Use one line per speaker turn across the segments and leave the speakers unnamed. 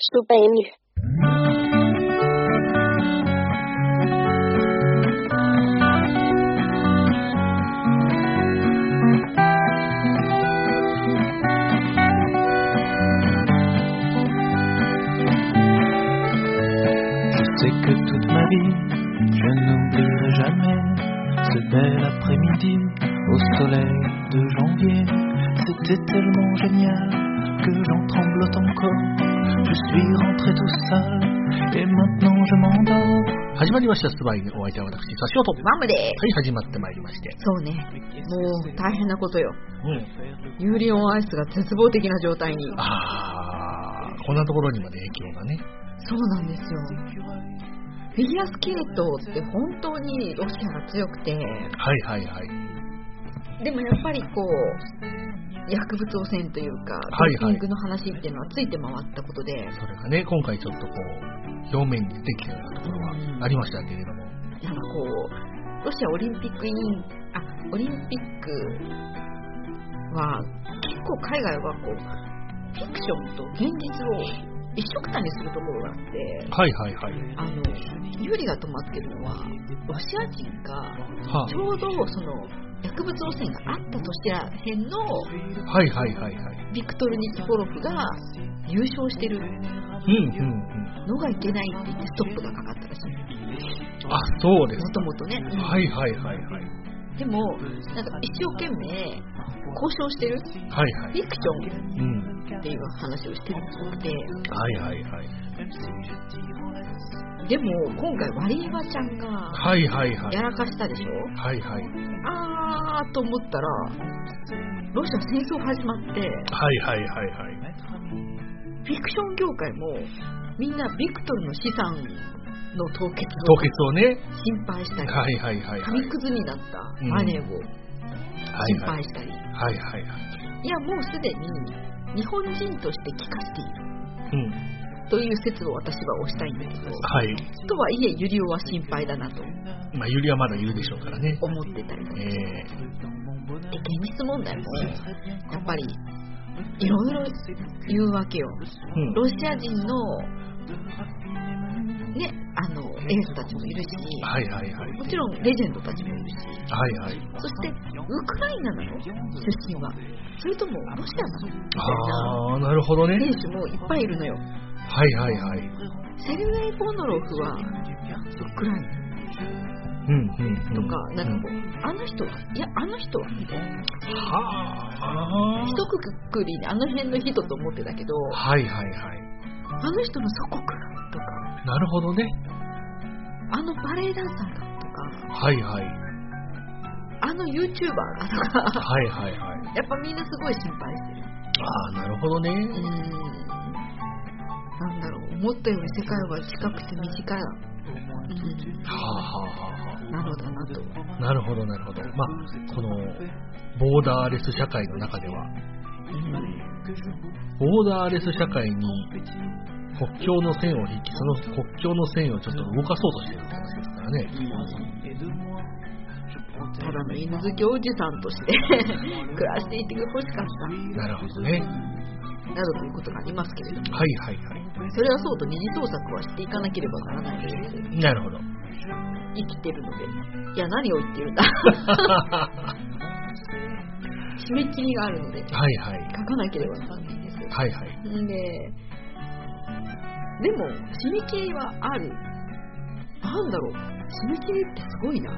Superemil.
Je sais que toute ma vie, je n'oublierai jamais ce bel après-midi au soleil de janvier. C'était tellement génial que j'en tremblote encore. Je suis rentré tout seul et maintenant je m'endors.
始まりました、スバイのお相手は私、差し音。は
マムです。
い、始まってまいりまして。
そうね。もう大変なことよ。ユーリオンアイスが絶望的な状態に。
あー、こんなところにまで影響がね。
そうなんですよ。フィギュアスケートって本当にロシアが強くて、
はいはいはい。
でもやっぱりこう、薬物汚染というか、
はいはい
ドーピングの話っていうのはついて回ったことで、
それがね、今回ちょっとこう、表面に出てきたようなところはありましたけれども。
なんかこう、ロシアオリンピック委員、あ、オリンピックは、結構海外はこう、フィクションと現実を一緒くたにするところがあって、
はいはいはい。
あの、有利が止まってるのは、ロシア人が、
は
ちょうどその、薬物汚染があった年らへんの、
あ、はいはいはいはい。
ビクトル・ニチポロフが優勝してる
うんうんうん。
のがいけないって言ってストップがかかったらしい。
あ、そうです
もともとね。
か。はいはいはいはい。
でも、なんか一生懸命交渉してる、フ
はいは
ィ
い。
クシ
う
ョン
ん。
っていう話をしてるっぽくて、
はいはいはい。
でも今回、ワリエワちゃんが
はいはいはい
や。らかしたでしょ、
はいはい。
あーと思ったら、ロシア戦争始まって、
はいはいはいはい。
フィクション業界もみんなビクトルの資産の凍結
凍
を
結をね。
心配したり、
はいはいはいはい。
紙くずになったマネーを
はい
心
はい
配したり、
はいはいはい。
いや、もうすでに日本人として帰化している。
うん。
という説を私は推したいんだけど、
はい。
とはいえ、ユリオは心配だなと
まあ、ゆりはまだいるでしょうからね。
思ってたりとか
え
で、
ー、
現実問題もやっぱりいろいろ言うわけよ、
うん
ロシア人の,、ね、あのエースたちもいるし、
はいはいはい。
もちろんレジェンドたちもいるし、
はいはい。
そしてウクライナなの、出身は、それともロシアなのみたいな
ああ、なるほどね。
選手もいっぱいいるのよ。
はいはいはい。
セルゲイ・ボノロフはウクライナ
うんうん、うん。
とか、なんかこう、あの人は、いや、あの人は、みたいな。
うんは
一括くりにあの辺の人と思ってたけど、
あ。はいはいはい。
あの人の祖国がとか、
なるほどね。
あのバレエダンサーがとか、
はいはい。
あの YouTuber がとか、
はいはいはい。
やっぱみんなすごい心配してる。
ああ、なるほどね。
うーん。なんだろう、思ったより世界は近くて短い。
はあはあはあは
うん、なのだなと。
あ。なるほどなるほど。まあ、この、ボーダーレス社会の中では、
うん
ボーダーレス社会に国境の線を引き、その国境の線をちょっと動かそうとしてるって話ですからね。
ただの犬好きおじさんとして 暮らしていてほしかっ
なるほどね。
たなどということがありますけれども
はいはいは
それはそうと二次創作はしていかなければならないです
い。なるほど。
生きてるのでいや何を言ってるんだ締め切りがあるの で書
はいはい。
かなければならないんです
はいはい。
んででも締め切りはあるなんだろう締め切りってすごいな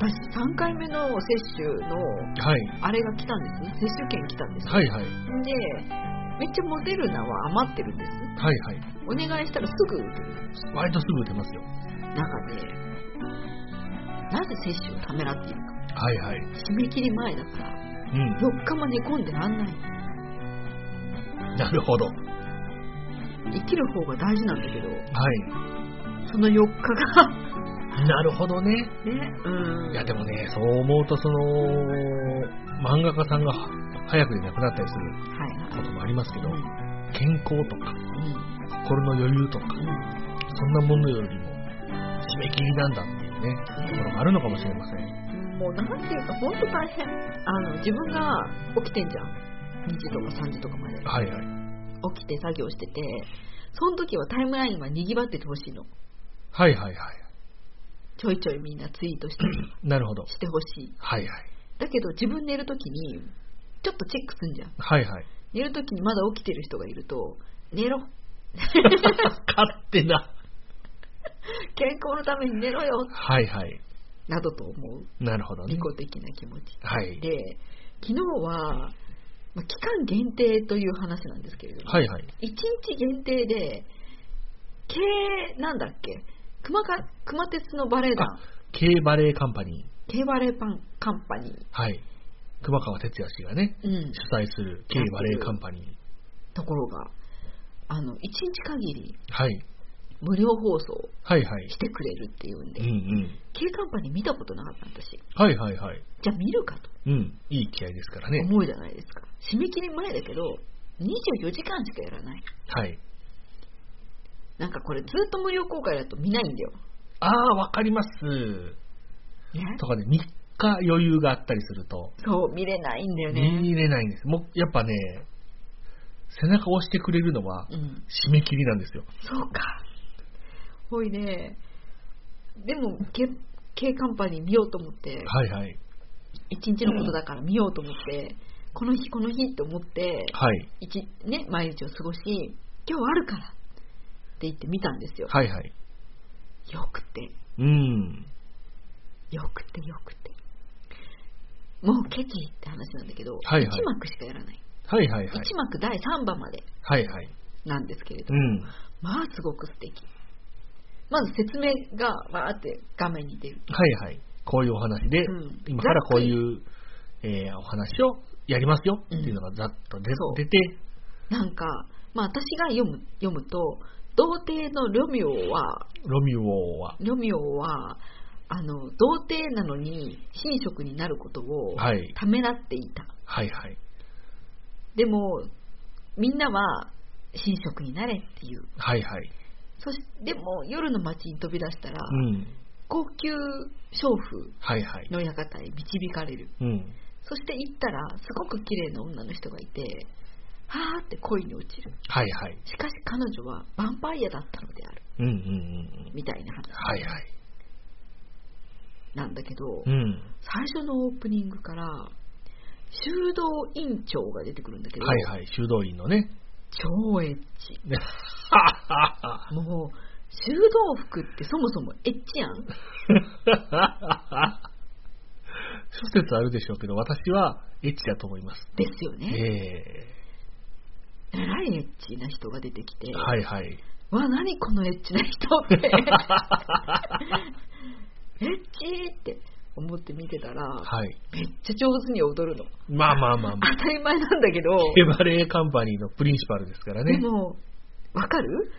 私3回目の接種の
はい。
あれが来たんですね接種券来たんです
はいはい。
でめっちゃモデルナは余ってるんです
はいはい。
お願いしたらすぐ打てる
割とすぐ打てますよ。
中で、なぜ接種をためらっているか、
はいはい。
締め切り前だから、
うん。
4日も寝込んでらんない、
なるほど。は
生きる方が大事なんだけど、
い。
その4日が ね、
なるほどね。
うん
いやでもね、そう思うとその、漫画家さんが早くで亡くなったりする
はい
こ
はい
ともありますけど
うん、
健康とか、
うん
心の余裕とか、
うん
そんなものよりも、締め切りなんだっていうね、ところがあるのかもしれません。
もうなんていうか、本当大変あの、自分が起きてんじゃん、2時とか3時とかまで、
はいはい。
起きて作業してて、その時はタイムラインは賑わっててほしいの。
はいはいはい。
ちょいちょいみんなツイート して
なるほど。
してほしい。
はいはい。
だけど自分寝る時に、ちょっとチェックすんじゃん。
はいはい。
寝る時にまだ起きてる人がいると、寝ろ
勝手な。
健康のために寝ろよ
はいはい。
などと思う。
なるほどね
利己。的な気持ち。
はい。
で、昨日は、まあ期間限定という話なんですけれども、
はいはい。
1日限定で、経営なんだっけ熊か熊鉄のバレエ団
あ、K バレーカンパニー。
K バレエパンカンパニー、
はい。熊川哲也氏がね、
うん、
主催する K バレーカンパニー。
ところが、あの1日限り
はい。
無料放送
はいはい
し。てくれるっていうんで、
うんうん。
K カンパニー見たことなかった私、
はいはいはい。
じゃあ見るかと
うん。いい気合ですからね。
思うじゃないですか、締め切り前だけど、24時間しかやらない、
はい。
なんかこれ、ずっと無料公開だと見ないんだよ。
ああ、わかります。
ね、
とかね、3日余裕があったりすると、
そう、見れないんだよね。
見れないんです。もう、やっぱね、背中を押してくれるのは、
うん、
締め切りなんですよ。
そうか。ほいね、でも、K, K カンパニー見ようと思って、
はいはい。
一日のことだから見ようと思って、この日、この日って思って、
はい。
一ね、毎日を過ごし、今日あるからって言って見たんですよ。
はいはい。
よくて、
うん。
よくて、よくて。もうケチって話なんだけど、
はいはい
1幕しかやらない。
はいはいはい。
1幕第3話まで
はいはい。
なんですけれど
う、ん。
まあすごく素敵まず説明がわーって画面に出る
はいはい。こういうお話で、
うん
今からこういう、えーお話をやりますよっていうのがざっと出,、
そう
出て、
なんか、まあ、私が読む読むと童貞のロミオは
ロミオは、
ロミオはあの童貞なのに神職になることを
はい
ためらっていた、
はいはい。
でもみんなは神職になれっていう
はいはい。
そしでも夜の街に飛び出したら、
うん。
高級娼婦
はいはい。
の館へ導かれる
うん。
そして行ったら、すごく綺麗な女の人がいて、はーって恋に落ちる。
はいはい。
しかし彼女はヴァンパイアだったのである。
うんうんうんうん。
みたいな話
はいはい。
なんだけど、
うん。
最初のオープニングから、修道院長が出てくるんだけど、
はいはい。修道院のね。
超エッチ。
ね
もう、修道服ってそもそもエッチやん。
諸説あるでしょうけど、私はエッチだと思います。
ですよね。
え
えらいエッチな人が出てきて、
えはい はい。
わ、何このエッチな人 って。エッチーって思って見てたら、
はい。
めっちゃ上手に踊るの。
まあまあまあまあ。
当たり前なんだけど、
ケバレーカンパニーのプリンシパルですから
で
ね。
も、わかる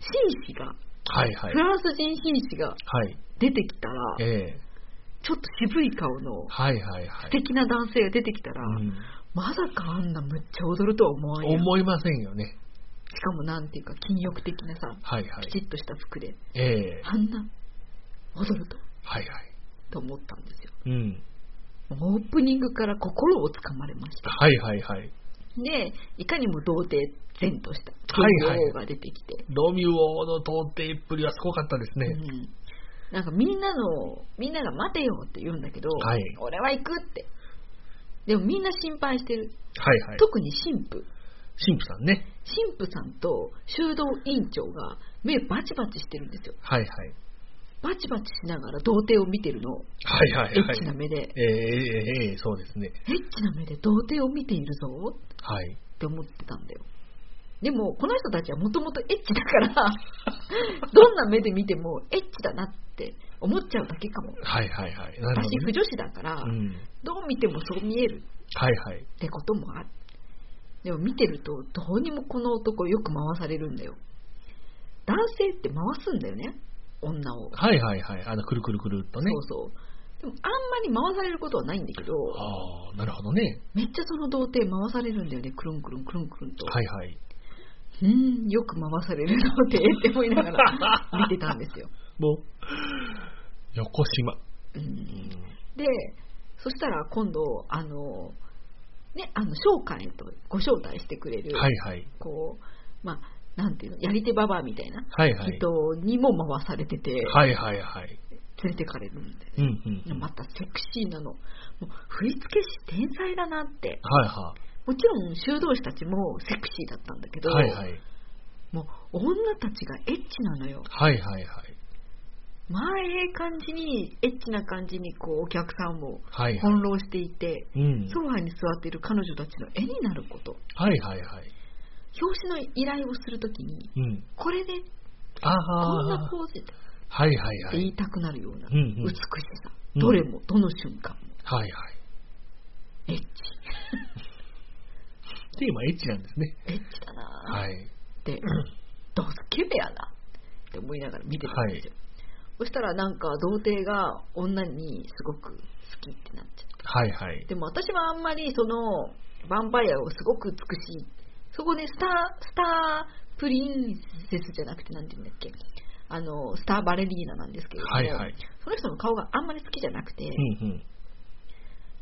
紳士が、
はいはい
フ。ランス人紳士が
はい。
出てきたら、
ええ
ちょっと渋い顔の
はいはいは
素
い。
敵な男性が出てきたら、
うん
まさかあんなむっちゃ踊るとは思わんやんし
思いませんよね。
かもなんていうか、禁欲的なさ、
はいはい
き。ちっとした服で、
ええ
あんな踊ると、
はいはい。
と思ったんですよ。
うん。
オープニングから心をつかまれました。
はいはいはい。
で、いかにも童貞前とした、
はいはい
女王が出てきて、
ロミオの到底っぷりはすごかったですね。
うん、なんかみんなのみんなが待てよって言うんだけど、
はい
俺は行くってでもみんな心配してる、
はいはい。
特に神父
神父さんね。
神父さんと修道院長が目バチバチしてるんですよ
はいはい。
バチバチしながら童貞を見てるの
はいはい
エ
は
ッ
い
チ。な目で、
ええええええそうですね。
エッチな目で童貞を見ているぞ
はい。
って思ってたんだよでもこの人たちはもともとエッチだから どんな目で見てもエッチだなって思っちゃうだけかも
はいはいはい。なる
私
ほど、
不
ね。
女子だから、
うん。
どう見てもそう見える
はいはい。
ってこともあるでも見てるとどうにもこの男よく回されるんだよ男性って回すんだよね女を、
はいはいはい。あの、くるくるくるっとね。
そうそうでもあんまり回されることはないんだけど
ああ、なるほどね。
めっちゃその童貞回されるんだよねくるんくるんくるんくるんと、
はいはい。
うーんよく回される童貞って思いながら 見てたんですよ、
もう、横島。
う、
うんん
でそしたら今度あのね、あの商館へとご招待してくれる、
はいはい。
こう、まあ、なんていうの、やり手ババアみたいな
はいはい。
人にも回されてて、
はいはいはい。
連れてかれるんで、
うんうんうん。
またセクシーなの、もう振り付け師、天才だなって、
はいは
もちろん修道士たちもセクシーだったんだけ
い。
ど、
はいはい。
もう女たちがエッチなのよ。
はいはいはい。
まあ、ええ感じに、エッチな感じに、こう、お客さんを
はいはい。
翻弄していて、
うん。
ソファに座っている彼女たちの絵になること、
はいはいはい。
表紙の依頼をするときに、
うん。
これで、
あ
こん
あ。
なポーズでって
はいはいは
言い
い。
たくなるような
うんうん
美しさ、
うん
どれも、どの瞬間も、
はいはい。
エッチ、
テーマエッチなんですね。
エッチだな
は
ーっ
い。
て、ドスケベやなって思いながら見てたんですよ。そしたら、なんか、童貞が女にすごく好きってなっちゃって。
はいはい。
でも私はあんまりそのヴァンパイアをすごく美しいそこでスタースタープリンセスじゃなくてなんて言うんだっけあのスターバレリーナなんですけれども、
はいはい
その人の顔があんまり好きじゃなくて、
うんうん。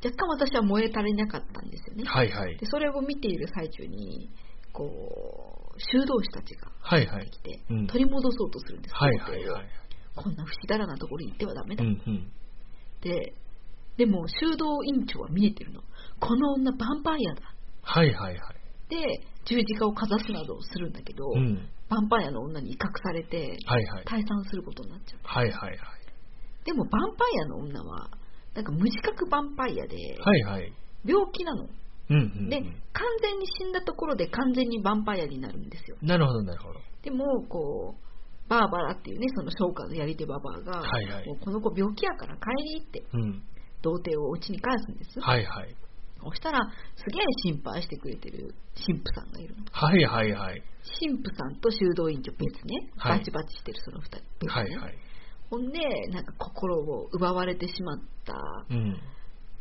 若干私は燃え足りなかったんですよね、
はいはい
で。それを見ている最中にこう修道士たちが
はいはい。
来て
うん
取り戻そうとするんです、
はいはいはい。
こんな不死だらなところに行ってはダメ
う
だっ
んうん。
て、でも修道院長は見えてるのこの女ヴァンパイアだ
はいはいはい。
で十字架をかざすなどをするんだけど、
うん。
バンパイアの女に威嚇されて
はいはい。
退散することになっちゃう
はいはいはい。
でもバンパイアの女はなんか無自覚バンパイアで
はいはい。
病気なの、
うんうん。
で完全に死んだところで完全にバンパイアになるんですよ
なるほどなるほど。
でもこうバーバラっていうねその商家のやり手ババアが、
はいはい
もうこの子病気やから帰りって
うん。
童貞をお家に返すんです、
はいはい。
そしたらすげえ心配してくれてる神父さんがいるの
はいはいはい。
神父さんと修道院長別ね、
はい
バチバチしてるその二人別ね、
はいはい。
ほんでなんか心を奪われてしまった
うん。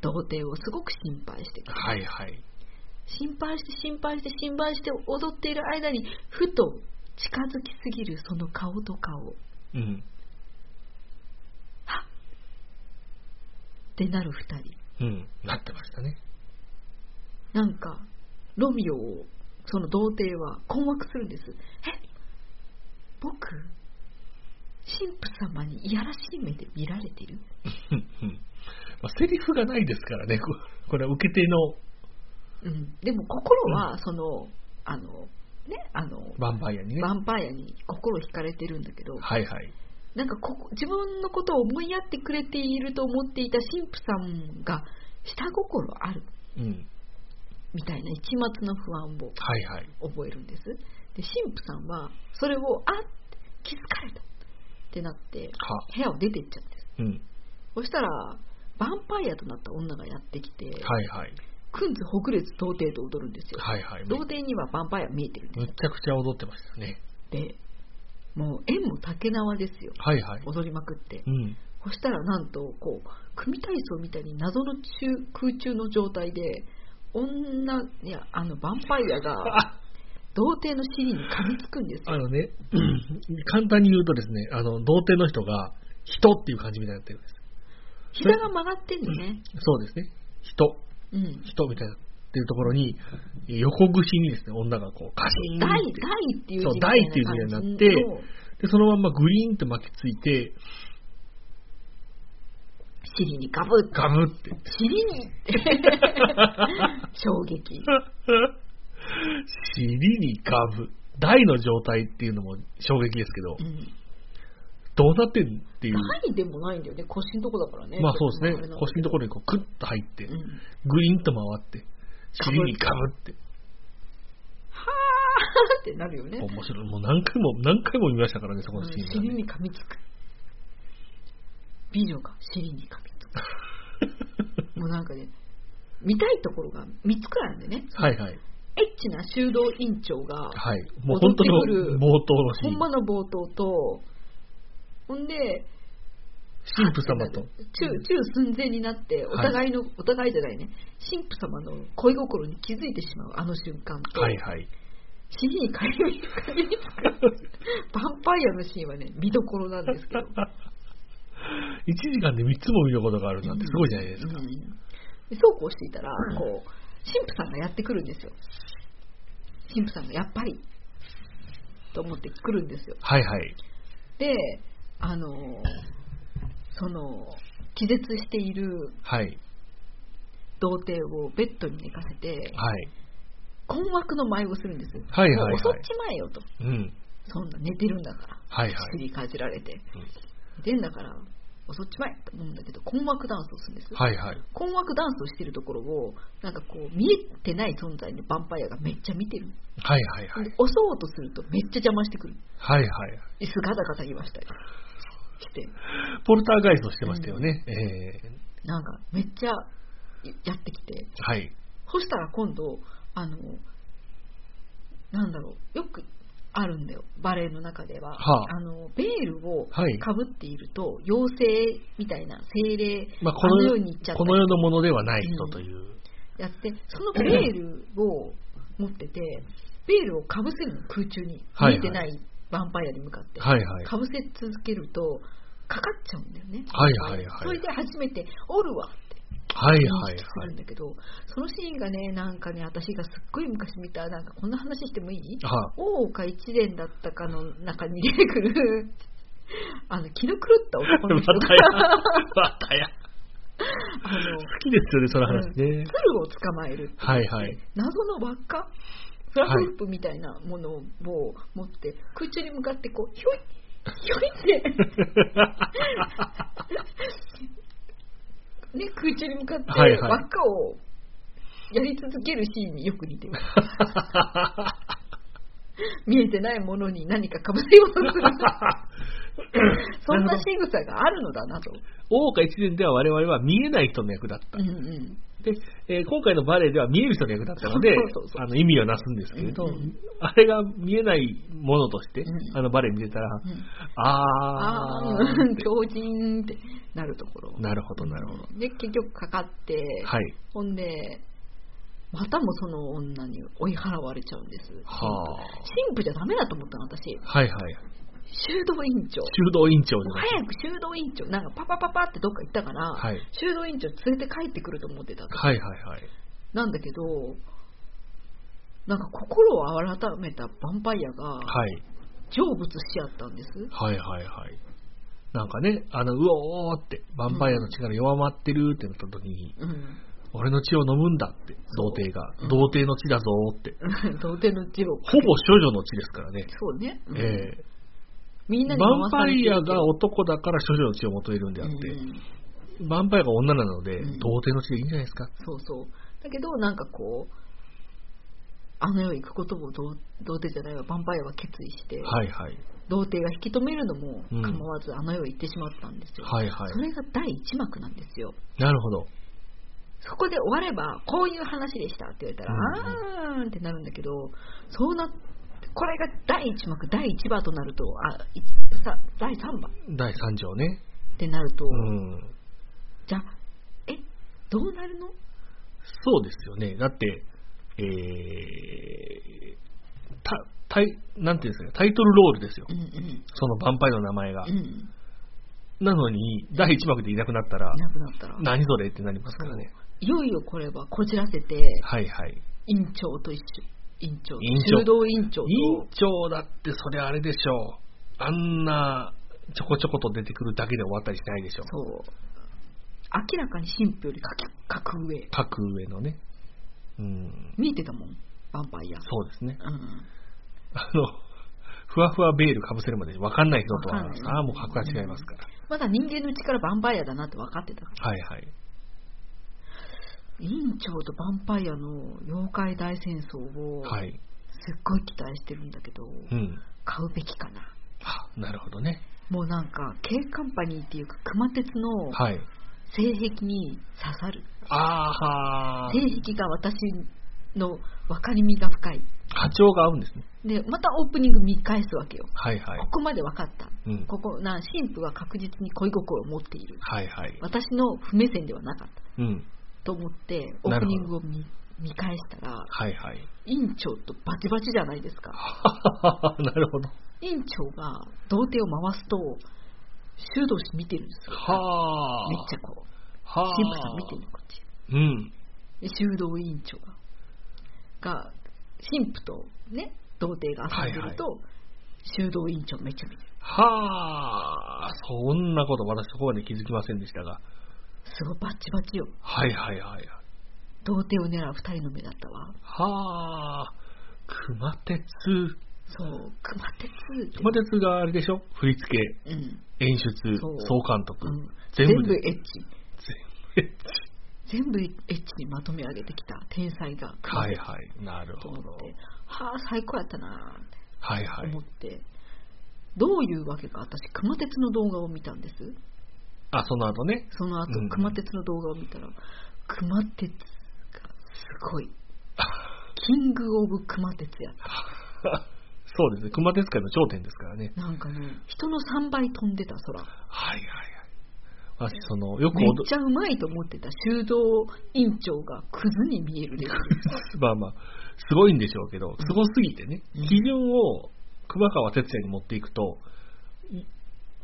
童貞をすごく心配してくる
はいはい。
心配して心配して心配して踊っている間にふと近づきすぎるその顔と顔っ
うん。
てなる二人
うん。なってましたね。
なんかロミオをその童貞は困惑するんですえ僕神父様にいやらしい目で見られてる
うんうん。まあ、セリフがないですからね、ここれは受け手の
うん、でも心はその、あのねあのヴ
ヴァンパイアにね。
ァンパイアに心惹かれてるんだけど
はいはい。
なんかここ自分のことを思いやってくれていると思っていた神父さんが下心ある
うん。
みたいな一末の不安を
はいはい。
覚えるんですで神父さんはそれをあっ気づかれたってなって
は。
部屋を出ていっちゃうんです
うん。
そしたらヴァンパイアとなった女がやってきて、
はいはい。
くんずほぐれず童貞と踊るんですよ、
はいはい。
童貞にはヴァンパイア見えてるんで
む
す
ちゃくちゃ踊ってましたね。
でもう縁も竹縄ですよ
はいはい。
踊りまくって
うん。
そしたらなんとこう組体操みたいに謎の中空中の状態で女いやあのヴァンパイアが
あ
童貞の尻に噛みつくんです
あ
よ
のね、 簡単に言うとですね、あの、童貞の人が、人っていう感じみたいになってるんです。
膝が曲がってんのね
そうですね。人、
うん
人みたいなっていうところに、横串にですね、女がこう、カシーン
大
っ
大っていう
そう
字みた
大
い
っていう字に
な
なっ
感じ
て
の
て、で、そのまんまグリーンって巻きついて、
尻にガブッ
ガブって。
尻に衝撃
尻にガブ。大の状態っていうのも衝撃ですけど
う、ん
どうなってんっていう。
大でもないんだよね腰のとこだからね
まあそうですね
ちょっとあれなんだけ。ど
腰のところにこうクッと入って、
うん
グインと回って、尻にかぶって。
はーってなるよね。
面白い。もう何回も、何回も見ましたからね、そこのシーン
尻
はね。
に噛みつく。美女が尻に噛みつ く。もうなんかね、見たいところが3つくらいなんでね、
はいはい。
エッチな修道院長が、
はい。もう本当
踊ってく
の
る
冒頭のシー
ほん
ン。
まの冒頭と、ほんで、
神父様と。
中中寸前になって、お互いの、お互いじゃないね、神父様の恋心に気づいてしまうあの瞬間と、
はいはい。
尻に噛み噛み つく、ヴァンパイアのシーンはね、見どころなんですけど。
1時間で3つも見ることがあるなんてすごいじゃないですか。
うんでそうこうしていたら、こう神父さんがやってくるんですよ神父さんがやっぱりと思ってくるんですよ
はいはい。
であのその気絶している
はい。
童貞をベッドに寝かせて
はい。
困惑の舞をするんですよ、
はいはいはい
もう襲っちまえよと
うん。
そんな寝てるんだから
はいはい。
尻かじられて
うん
寝てんだから襲っちまえと思うんだけど困惑ダンスをするんですよ、
はいはい。
困惑ダンスをしてるところをなんかこう見えてない存在のヴァンパイアがめっちゃ見てる、
はいはいはい。
で襲おうとするとめっちゃ邪魔してくる
はいはい。
椅子ガタガタ言わしたりして
ポルターガイストしてましたよね。え
なんかめっちゃやってきて
ー、はい。
そしたら今度あのなんだろうよくあるんだよバレエの中では、
はあ
あのベールをか
はい
ぶっていると、妖精みたいな精霊、
まあ、この
あの
世
世に行っちゃった
この世のものではない人という。
やってそのベールを持っててベールをかぶせるの空中に
はいはい
見えてないヴァンパイアに向かって、
はいはい。
かぶせ続けるとかかっちゃうんだよね、
はいはいはい
それで初めて「おるわ」って
はい
認
はい
識す
は
るん
い。
だけど、そのシーンがねなんかね私がすっごい昔見たなんかこんな話してもいい
は
大岡一年だったかの中に出てくる あの気の狂った男の 人
またや。またや。
あの
好きですよね、その話ね。
鶴を捕まえるって言って
はいはい
謎の輪っかフラフープみたいなものを持って空中に向かってこうひょいひょい って、ね、空中に向かって
はいはい
輪っかをやり続けるシーンによく似てる見えてないものに何かかぶせようとする そんな仕草があるのだなと、
大岡一年では我々は見えない人の役だった
うん。うん、
で、えー今回のバレエでは見える人の役だったので
そうそうそ、う
あの意味をなすんですけれど
うんうん、
あれが見えないものとして
う、ん
あのバレエ見てたら、
うんあ
あ
あ
ー
ー、強靭ってなるところ。
なるほど、なるほど。
で、結局かかって、
はい。
ほんで、またもその女に追い払われちゃうんです。
はあ。
神父じゃダメだと思ったの、私。
はいはい。
修道院長。
修道院長じゃない
早く修道院長、なんかパパパパってどっか行ったから、
はい
修道院長連れて帰ってくると思ってた。
はいはいはい。
なんだけど、なんか心を改めたヴァンパイアが
はい。
成仏しちゃったんです。
はいはいはい。なんかね、あの、うおーって、ヴァンパイアの力弱まってるってなった時に、
うん。
俺の血を飲むんだって、童貞が。
うん
童貞の血だぞーって。
童貞の地を。
ほぼ処女の血ですからね。
そうね。うん
ええ
みん
ヴ
な
ァ
に
ン
回さ
パ
れて
イ
る
アが男だから処女の血を求めるんであって、
う
ヴ
ん
ァンパイアが女なので、
うん
童貞の血でいいんじゃないですか。
そうそう。だけど、なんかこう、あの世行くことも童童貞じゃないわ、ヴァンパイアは決意して、
はいはい。
童貞が引き止めるのも
うん
構わず、あの世行ってしまったんですよ。
はいはい
そ。れが第一幕なんですよ。
なるほど。
そこで終われば、こういう話でしたって言われたら、あーんってなるんだけど、そうなこれが第一幕、第一話となると、あ、いさ第三話
第3条ね。
ってなると、
うん。
じゃあ、え、どうなるの
そうですよね。だって、えー、た、タイ、なんていうんですかね、タイトルロールですよ
う。んうん。
そのヴァンパイアの名前が
う。ん。
なのに、第1幕でいなくなったら、
なくなったら。
何それってなりますからね。
いよいよこれはこじらせて、
はいはい。
院長と一緒。院長と
院長
修道院長と。
院長だってそれあれでしょう。あんな、ちょこちょこと出てくるだけで終わったりしないでしょう。
そう。明らかに神父より格格上。
各上のね。うん。
見えてたもん、ヴァンパイア。
そうですね。
うん。
あの、ふわふわベールかぶせるまで分かんない人とは
わかんない、
ああ、もう格は違いますから。
まだ人間の力ヴァンパイアだなって分かってたから。
はいはい。
院長とヴァンパイアの妖怪大戦争を、
はい。
すっごい期待してるんだけど、
うん。
買うべきかな。
あなるほどね。
もうなんか、K カンパニーっていうか、熊鉄の
はい。
性癖に刺さる。
あーはー。
性癖が私の分かりみが深い
波長が合うんですね。
でまたオープニング見返すわけよ、
はいはい
こ。こまで分かった、
うん
ここな神父は確実に恋心を持っている
はいはい。
私の不目線ではなかった
うん。
と思ってオ
な
ー
るほど
プニングを見見返したら
はい はい。
院長とバチバチじゃないですか
なるほど。
院長が童貞を回すと修道士見てるんですよ
はあ。
めっちゃこう
はあ。
神父さん見てるのこっち
うん。
で修道院長がが神父とね童貞が遊んでると、修道院長めっちゃ見てる
はあ、そんなこと私そこまで気づきませんでしたが。
すごいバッチバチよ
はいはいはい。
童貞を狙う二人の目だったわ
はあ、熊鉄。
そう熊鉄って
熊鉄があれでしょ振り付け、
うん
演出、
そう
総監督。
うん
全
全
部
部
で
エッチ
全部。
全部エッチにまとめ上げてきた天才が熊
はい
徹
はい。なるほ
と思っ
ど
て。はあ最高やったなーって
はいはい。
思って、どういうわけか私熊徹の動画を見たんです
あ、その後ね。
その後、
うん
熊徹の動画を見たら熊徹がすごいキング・オブ・熊徹やっ
そうですね。熊鉄界の頂点ですからね。
たなんかね人の3倍飛んでた空
はいはいはい。私、その、よく
めっ
踊
ちゃうまいと思ってた修道院長がクズに見えるレベル
まあまあ、すごいんでしょうけど、すごすぎてね、
うん
基準を熊川哲也に持っていくと、い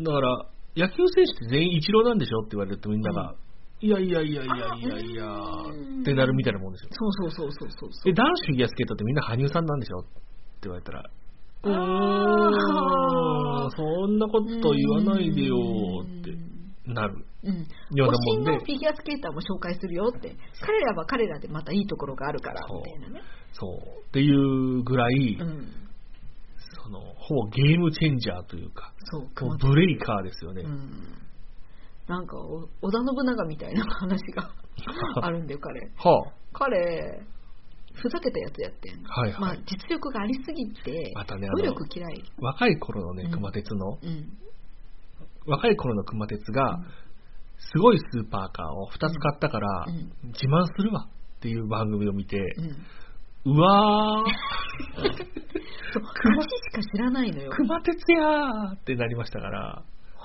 だから、野球選手って全員一郎なんでしょって言われるとみんなが、いやいやいやいやいやいや
あうん
ってなるみたいなもんですよ。
そうそうそうそうそうそ
で、
う
男子フィギュアスケートってみんな羽生さんなんでしょって言われたら、
あ
う
ー
ーんそんなこと言わないでよーってなる
うん、
ような
推し
もんで
のフ、ィギュアスケーターも紹介するよって彼らは彼らでまたいいところがあるから
そう
みたいなね、
そう、っていうぐらい、
うん、
その、ほぼゲームチェンジャーというか、
そう
も
熊
う
徹
ブレイカーですよね。
うんなんかお織田信長みたいな話があるんだよ彼
はあ、
彼ふざけたやつやってん、
はいはい
まあ、実力がありすぎて、
またねあの
努力嫌い、
若い頃の
う
ね
ん、
熊鉄の、
うん、
若い頃の熊鉄が
うん、
すごいスーパーカーを2つ買ったから
う、ん
自慢するわっていう番組を見て、
うん
うわー、
そう勝ちしか知らないのよ
熊鉄やーってなりましたから、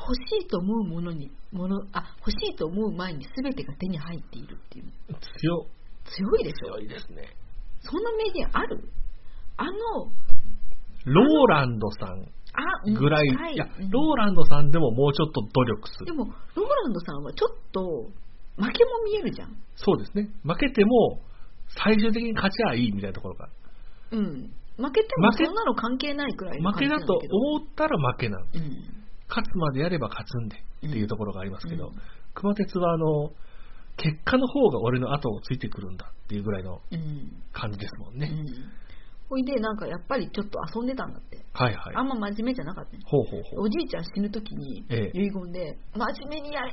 欲しいと思うものにものあ欲しいと思う前に全てが手に入っているっていう
強
強いでしょ
強いですね。
そんな名言あるあの
ローランドさん
あうん
ぐらい、
近
いや
うん、
ローランドさんでももうちょっと努力す
で
る。
もローランドさんはちょっと負けも見えるじゃん
そうですね。負けても、最終的に勝ちゃいいみたいなところが。
うん負けても
負け
そんなの関係ないくらい
負
の感
け
じな
だ
んだ
と
けど
思ったら負けなの。
うん
勝つまでやれば勝つんでっていうところがありますけど、
うん
熊徹はあの結果の方が俺の後をついてくるんだっていうぐらいの
うん
感じですもん
う
ね、
んほいでなんかやっぱりちょっと遊んでたんだって
はいはい
あんま真面目じゃなかったね
ほうほうほ う
おじいちゃん死ぬ時に
ええ
遺言で「真面目にやれ!」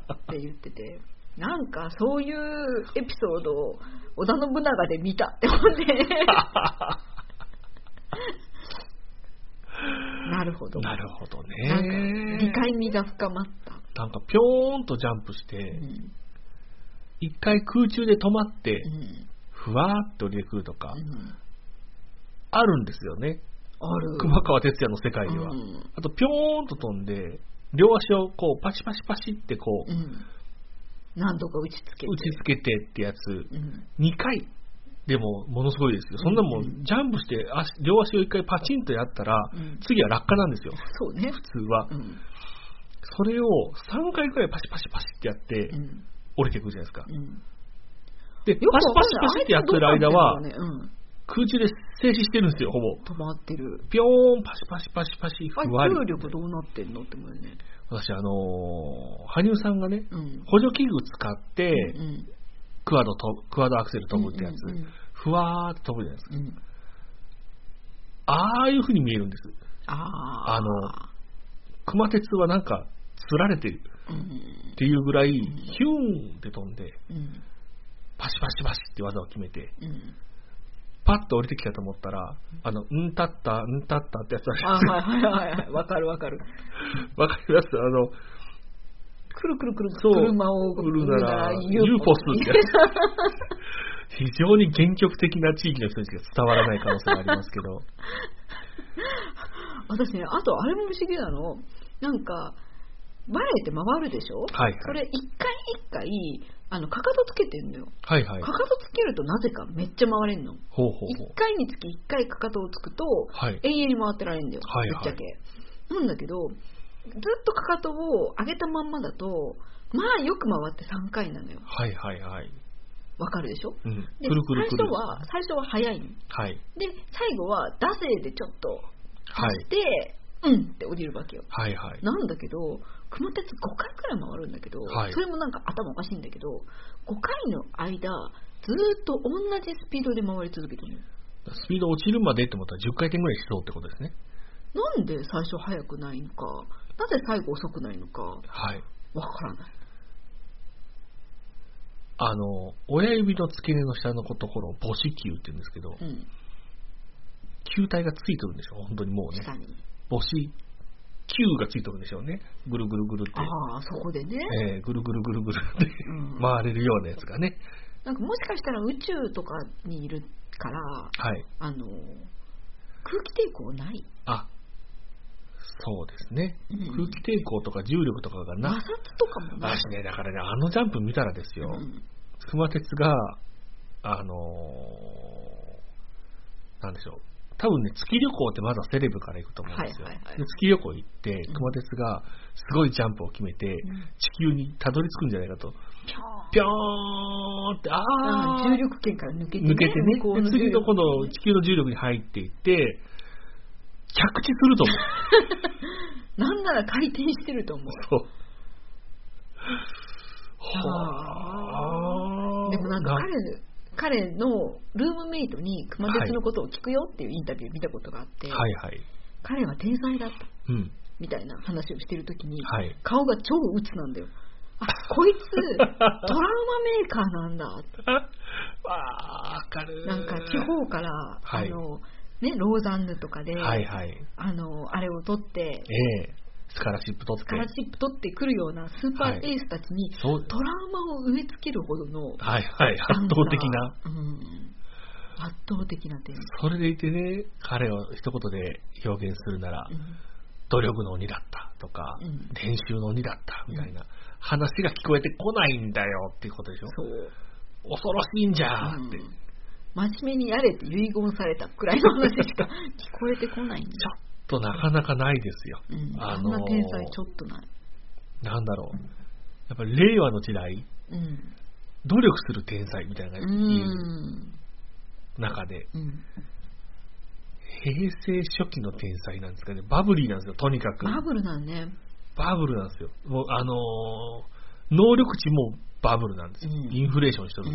って言っててなんかそういうエピソードを織田信長で見たって 思ってなるほど
なるほどね
なんか理解味が深まった、
なんかピョーンとジャンプし
う
て
ん
一回空中で止まって
うん
ふわーっと降りてくるとか
うん
あるんですよね
ある
熊川哲也の世界では、
うん
あとピョーンと飛んで両足をこうパチパチパチってこう
うん何度か打ちつけて
打ちつけてってやつ
うん
2回でもものすごいですよ、そんなも
うん
んジャンプして足両足を1回パチンとやったら、
うん
次は落下なんですよ、
そうね
普通は
う。ん
それを3回くらいパシパシパシってやって
う、ん
降りてくるじゃないですか。
うん
で、パシ
よくわ
パシパ
かんない
シってやってる間は
あ、いつどうなってんだろうね
空中で静止してるんですよ、ほぼ
う。ん止まってる
ピョーン、パシパシパシパシ、
あ
ふわり。
重力どうなってんのって思うよね
私、あのー羽生さんがね、
うん
補助器具使って、
うん
クワドと、クワドアクセル飛ぶってやつ、
うんうんうん
ふわーって飛ぶじゃないですか。
うん
ああいう風に見えるんです。
あ
あの熊鉄はなんか、釣られてる。
ー
っ
う
ていうぐらい、ヒューンって飛んで、
んうん
パシパシパシって技を決めて、
うん
パッと降りてきたと思ったら、あの、うんたった、うんたったってやつあ
あはいはいはいはいわかるわかる
る わかりますあの、
くるくるくる
そう
車を
売るなら、
ユー
UFO すってやつ。非常に原曲的な地域の人にしか伝わらない可能性がありますけ ど、
私ねあとあれも不思議なのなんかバレエって回るでしょ、
はいはい
それ一回一回あのかかとつけてんのよ
はいはい
か。かとつけるとなぜかめっちゃ回れんの
ほうほうほう
一。回につき一回かかとをつくと、
はい
永遠に回ってられるんだよ、
はいはい
ぶっちゃけなんだけどずっとかかとを上げたまんまだとまあよく回って3回なのよ
はいはいはい。
わかるでしょ
うん。
で
くるくるく
最
る
初。は最初は早いの
はい。
で最後は惰性でちょっと
はい。
でうんって降りるわけよ
はいはい。
なんだけど熊鉄5回くらい回るんだけど、
はい
それもなんか頭おかしいんだけど5回の間ずーっと同じスピードで回り続けてるの
スピード落ちるまでってことは10回転ぐらいしそうってことですね。
なんで最初速くないのかなぜ最後遅くないのかわ
はい。
からない
あの、親指の付け根の下のところを母子球って言うんですけど、
うん
球体がついてるんでしょ本当にもうね。
下に、
母子球がついてるんでしょうね。ぐるぐるぐるって。
ああそこでね、
えーぐるぐるぐるぐるって
うん
回れるようなやつがね。
なんかもしかしたら宇宙とかにいるから
はい。
あの空気抵抗ない
あ、そうですね。
うん
空気抵抗とか重力とかが
摩
な。
擦とかもない
私ね、だからね、あのジャンプ見たらですよ、
うん
熊鉄が、あのーなんでしょう。多分ね、月旅行ってまずはセレブから行くと思うんですよ。
はいはいはい
で月旅行行って、熊鉄がすごいジャンプを決めて、
ん
地球にたどり着くんじゃないかと。
ピョー
ぴょーんっ
ン
て、あ
あ
ー
ー重力圏から抜けてね
抜けてね、
向こうの重
次
力
のこの地球の重力に入っていって、着地すると思う。
なんなら回転してると思う
そう。
は
はあ。
でもなんか彼彼のルームメイトに熊徹のことを聞くよっていうインタビュー見たことがあって、
はいはい。
彼は天才だった
うん。
みたいな話をしてるときに、
はい。
顔が超鬱なんだよあこいつ トラウマメーカーなんだ
わあ、わかる。
なんか地方から、
はい
あのねローザンヌとかで、
はいはい。
あのあれを取って
ええスカラシップ取
スカラ
っ
シ
て。
ップ取ってくるようなスーパーエースたちに、
そう。
トラウマを植え付けるほどの
はいはい。圧倒的な。、
うん、圧倒的な点、
それでいてね、彼を一言で表現するなら
う、ん
努力の鬼だったとか、
うん
練習の鬼だったみたいな話が聞こえてこないんだよっていうことでしょ。
そう、
恐ろしいんじゃーって。
うん真面目にやれって遺言されたくらいの話しか聞こえてこないん
ち
だ
ょっとなかなかないですよ。
うん、
あ
あ
のー
んな天才ちょっとない、
なんだろう。やっぱり令和の時代、
うん
努力する天才みたいな
う
のがいる
ん
中で、
うん、
平成初期の天才なんですかね。バブリーなんですよ、とにかく。
バブルなんね、
バブルなんですよ。もうあのー能力値もバブルなんですよ。
うん
インフレーションして
う
る。
ん、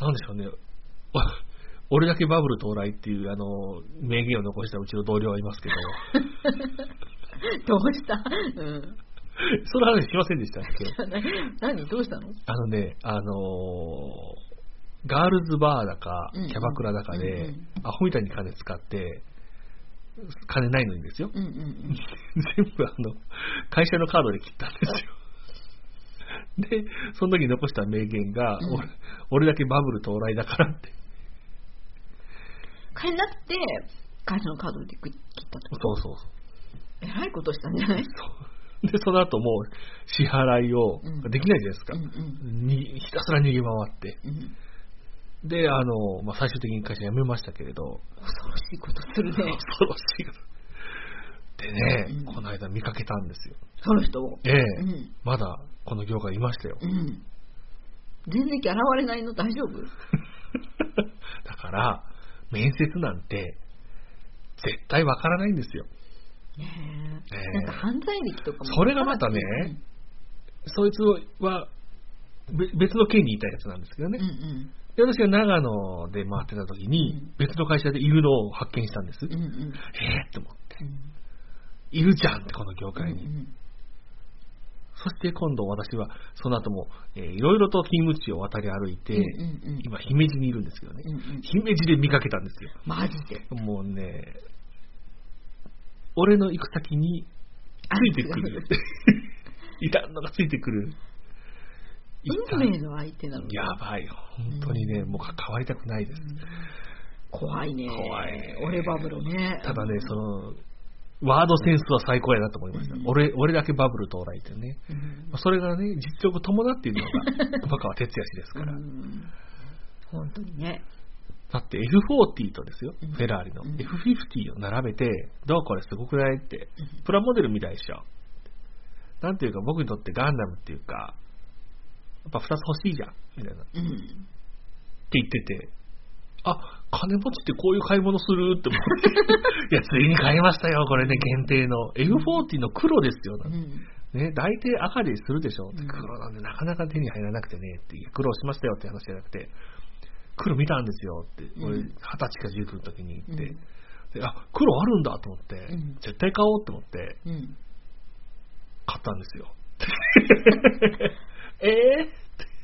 なんでしょうね。 わ俺だけバブル到来っていう、あのー名言を残したうちの同僚はいますけど、
どうした、うん、
その話しませんでしたっけ
何どうしたの
あのね、あのーガールズバーだか、
うん
キャバクラだか
うんう
で
ん、
アホみたいに金使って、金ないのにですよ。
うんうんうん
全部あの、会社のカードで切ったんで すよ。で、その時に残した名言が、
うん
俺俺だけバブル到来だからって。
買えなくて会社のカードで切ったって
そ
こ
う
と
そうそ。
えらいことしたんじゃないう
で、その後もう支払いを
うん
できないじゃないですか
う。ん
にひたすら逃げ回って。
うんうん
で、あの、まあ、最終的に会社辞めましたけれど、
恐ろしいことするね
恐ろしいこと。でね、
うん
この間見かけたんですよ。
その人を
ええ
うん
まだこの業界いましたよ。
うん全然現れないの大丈夫
だから、面接なんて、絶対わからないんですよ。
ねえ
ねえ
なんか犯罪歴とかも
それがまたねそいつは、べ別の県にいたやつなんですけど
う
ね
ん。うん
で、私が長野で回ってた時に
うん、
別の会社でいるのを発見したんです。
うんう
え
んうん
えって思って。いるじゃんって、この業界に。
うん
そして今度私は、その後も、えーいろいろと勤務地を渡り歩いて、
うんうんうん
今、姫路にいるんですけどね。
うんうん
姫路で見かけたんですよ。
マジで
もうね、俺の行く先についてくる。 いらんのがついてくる。
運命の相手なの
やばい。本当にね、
うん
もう関わりたくないです。
怖いね
怖いね
俺バブルね
ただね、その、ワードセンスは最高やなと思いました
うん。
俺、俺だけバブル到来ってね。
うん
まあそれがね、実力を伴っているのが、熊川哲也氏ですから
う。ん本当にね
だって F40 とですよ、
うん
フェラーリの
うん
F50 を並べて、どうこれすごくないって
うん、
プラモデルみたいでしょ。なんていうか僕にとってガンダムっていうか、っぱ2つ欲しいじゃん、みたいな。って
うん。
言ってて、あ、金持ちってこういう買い物するって思って。 いや、ついに買いましたよ、これね、限定の。F40 の黒ですよ、なんて
うん。
ね、大抵赤でするでしょ、
うん
黒なんでなかなか手に入らなくてねっていや苦労しましたよって話じゃなくて黒見たんですよって俺二
うん
十歳か19の時に行って、
うん
であ黒あるんだと思って、
ん
絶対買おうと思って
うん。
買ったんです よ ええ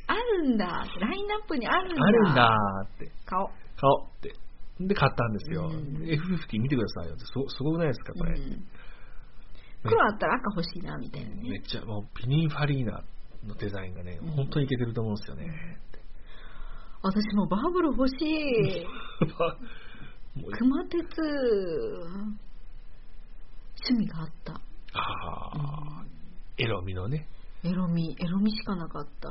あるんだ。ラインナップにあるんだ。
あるんだーって
顔。
買おうってで買ったんですよ、
うん
F50 見てくださいよってすごすごくないですかこれ、
うん。黒あったら赤欲しいな、みたいな
め
ね
っ。ちゃもうビニーファリーナのデザインがね
うん
本当にいけてると思うんですよね、
私もバブル欲しい。
もう
熊鉄、趣味があった。
ああ、エロみのね、
エロみ、エロみしかなかった。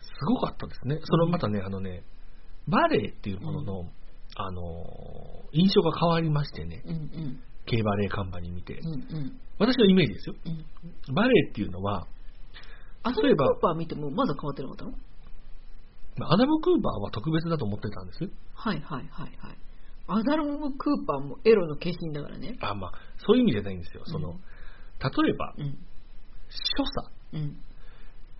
すごかったですね。そのまたね、あのね、バレエっていうものの、
う
あのー印象が変わりましてね、
うんうん。
K バレエカンパニー見て。
うんうん。
私のイメージですよ。
うん。
バレエっていうのは、
あ、そういえば。クーパー見てもまだ変わってなかったの
まあアダム・クーバーは特別だと思ってたんです。
はいはいはいはい。アダルム・クーパーもエロの化身だからね。
あまあ、そういう意味じゃないんですよ。その、
うん
例えば、
うん。
所作。
うん。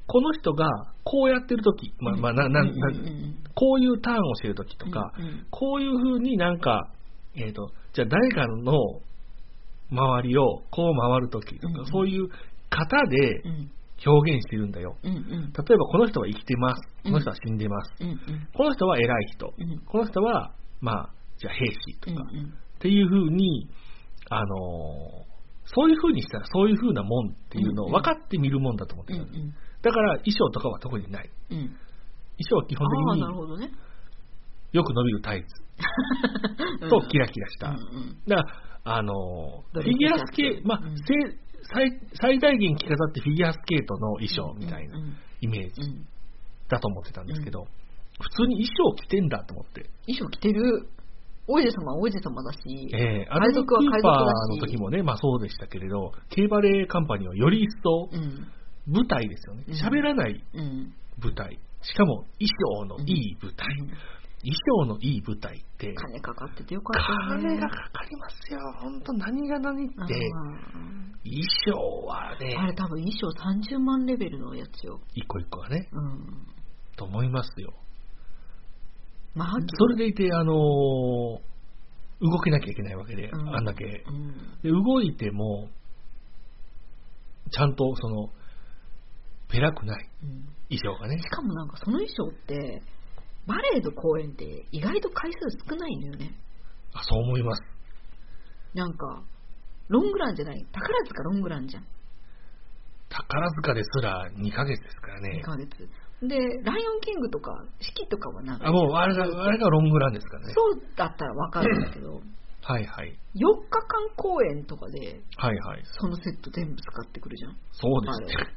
この人がこうやってる時、まあ、まあ、な、な、な
うんうんうん
こういうターンをしてる時とか、
うんうん
こういう風になんか、えっ、と、じゃあ誰かの周りをこう回る時とか、
うんうん
そういう型で
うん
表現してるんだよ。
うんうん
例えばこの人は生きてます。
う
こ
ん
の人は死んでます。
うんうん
この人は偉い人。
うん
この人は、まあ、じゃあ兵士と
うん
か、
う
っ
ん
ていう風に、あのーそういう風にしたらそういう風なもんっていうのを分かって見るもんだと思って
う
た
ん
のだから衣装とかは特にない。
うんうん
衣装は基本
ああ
的
なる
に
ほどね
よく伸びるタイツとキラキラした。
うんうん
だから、あのー、
ド
フ
レス
ィギュアスケ
シャツ
まあ、
うん
せ最最大限着飾ってフィギュアスケートの衣装みたいな
うん
イメー
う
ジ
んうん
だと思ってたんですけど、普通に衣装着てんだと思って。
衣装着てる王子様は王子様だし
ええあ
海
の
賊
ク
は
ー
海賊
パ
だし
ーの時もね、まあそうでしたけれど、ケーバレーカンパニーはより一層
うん
舞台ですよね
うん。
喋らない
うん
舞台。しかも衣装のいい舞台。衣装のいい舞台って、
金かかっててよかったよね
金がかかりますよ。本当何が何って、
うん
衣装はね、
あれ多分衣装30万レベルのやつよ
一個一個はね、
うん
と思いますよ。
まあ
それでいて、あのー動けなきゃいけないわけで、
うん
あんだけ。
うん
で、動いても、ちゃんと、その、ペラくない
うん
衣装がね
し。かもなんかその衣装ってバレエの公演って意外と回数少ないのよね
あそう思います。
なんかロングランじゃない宝塚ロングランじゃん
宝塚ですら2ヶ月ですからね
2。ヶ月で「ライオンキング」とか「四季」とかはなんか
あ、もう、あれが、あれがロングランですからね。
そうだったらわかるんだけど
はいはい。
4日間公演とかで
はいはい。
そのセット全部使ってくるじゃん
そうです
あ
ね。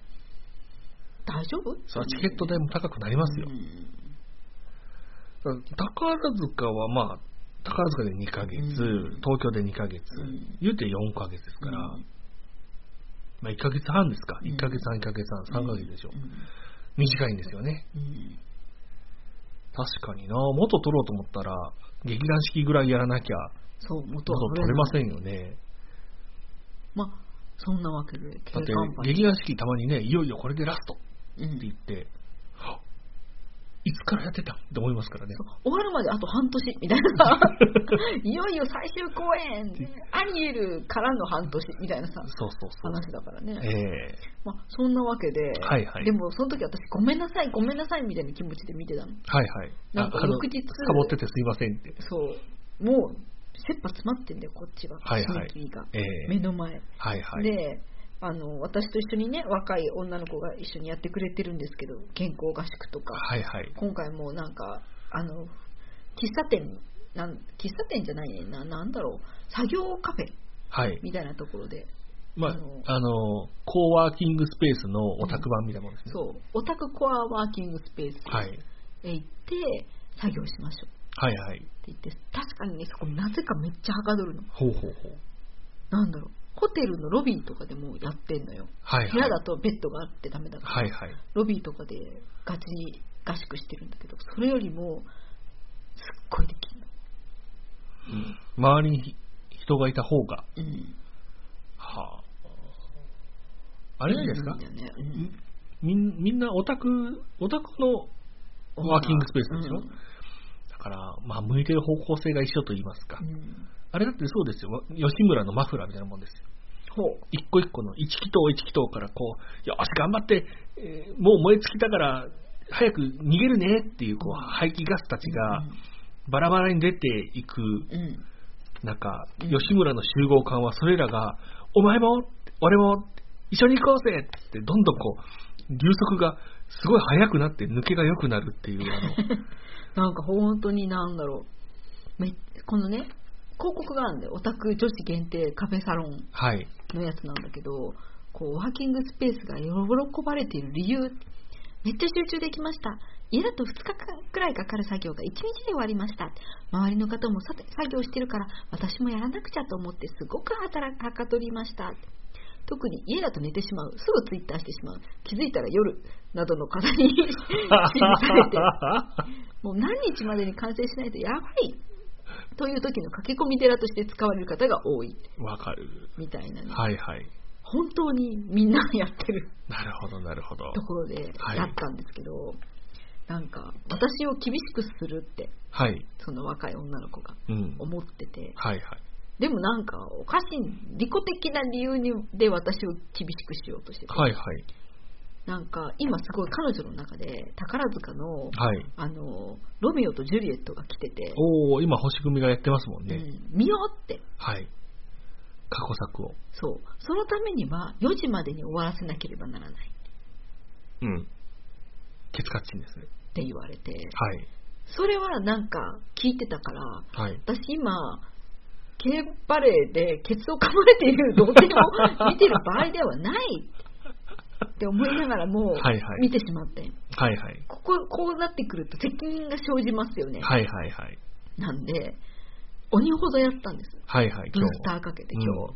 大丈夫
それはチケット代も高くなりますよ
う。ん
宝塚はまあ、宝塚で2ヶ月、
うん
東京で2ヶ月、
うん
言うて4ヶ月ですから、まあ1ヶ月半ですか、
うん
1ヶ月半、1ヶ月半、3ヶ月でしょ、
うん
短いんですよね。
うん
確かにな、元取ろうと思ったら、劇団四季ぐらいやらなきゃ、
そう元は
元取れませんよね。
まあそんなわけで
だって
景観、杯
劇団四季たまにね、いよいよこれでラストって
うん
言って、はっいつからやってたって思いますからね
そ。う終わるまであと半年みたい ないよいよ最終公演アリエルからの半年みたいなさ
そうそうそう。
話だからね、
ええ
まあ、そんなわけで、
はいはい
でもその時私ごめんなさいごめんなさいみたいな気持ちで見てたの
はいはい。
なんか
ああの
翌日
サボっててすいませんって。
そうもう切羽詰まってんだよこっちが
はいはい
締め切りが、
ええ
目の前、
はいはい。
であの私と一緒にね若い女の子が一緒にやってくれてるんですけど健康合宿とか、
はいはい。
今回もなんかあの喫茶店なん喫茶店じゃないねんななんだろう作業カフェ
はい。
みたいなところで
まあ
あの、
あの、コーワーキングスペースのオタク版みたいなもんですね。
そうオタクコアワーキングスペース
はい。
へ行って作業しましょう
はいはい。
って言って確かにねそこなぜかめっちゃはかどるの
ほうほうほう。
なんだろうホテルのロビーとかでもやってんのよ。
はいはい
部屋だとベッドがあってダメだから、
はいはい。
ロビーとかでガチ合宿してるんだけど、それよりも、すっごいできるの。
周りにひ人がいた方が。
うん。
はあ。あれじゃないですか
いいんだよねうん
みんみんなオタク、オタクのワーキングスペースでしょ、
うん
だから、まあ、向いてる方向性が一緒と言いますか。
うん
あれだってそうですよ。吉村のマフラーみたいなもんですよ。
ほう。
一個一個の一気筒一気筒からこう、よし、頑張って、えーもう燃え尽きたから、早く逃げるねっていう、こう、排気ガスたちがバラバラに出ていく
うん、うん。
中、
うん
吉村の集合感はそれらが、お前も、俺も、一緒に行こうぜって、どんどんこう、流速がすごい速くなって抜けが良くなるっていう、あの、
なんか本当になんだろう。めこのね、広告があるんだよ。オタク女子限定カフェサロン
はい。
のやつなんだけど、こう、ワーキングスペースが喜ばれている理由、めっちゃ集中できました。家だと2日くらいかかる作業が1日で終わりました。周りの方もさて作業してるから、私もやらなくちゃと思ってすごく働かはかどりました。特に家だと寝てしまう。すぐツイッターしてしまう。気づいたら夜などの方に 指示されて、もう何日までに完成しないとやばいという時の駆け込み寺として使われる方が多い
わかる。
みたいなね、
はいはい。
本当にみんなやって る
なるほど、なるほど
と。ころで
はい
だったんですけど、なんか私を厳しくするって
はい。
その若い女の子が
うん。
思ってて
はいはい。
でもなんかおかしい利己的な理由にで私を厳しくしようとしてて、
はいはい。
なんか今すごい彼女の中で宝塚の
はい。
あのロミオとジュリエットが来てて、
おお今、星組がやってますもんね。
うん、見ようって
はい。過去作を。
そう。そのためには4時までに終わらせなければならないっ
うん。ケツカッチンですね。
て言われて、
はい。
それはなんか聞いてたから、
はい。
私今、K バレーでケツを噛まれている童貞を見てる場合ではないって思いながらも
はいはいう
見てしまって、
はいはい。
ここ、こうなってくると責任が生じますよね。
はいはいはい。
なんで、鬼ほどやったんです。
はいはい。
ブ
今
ー
日
スターかけて今日。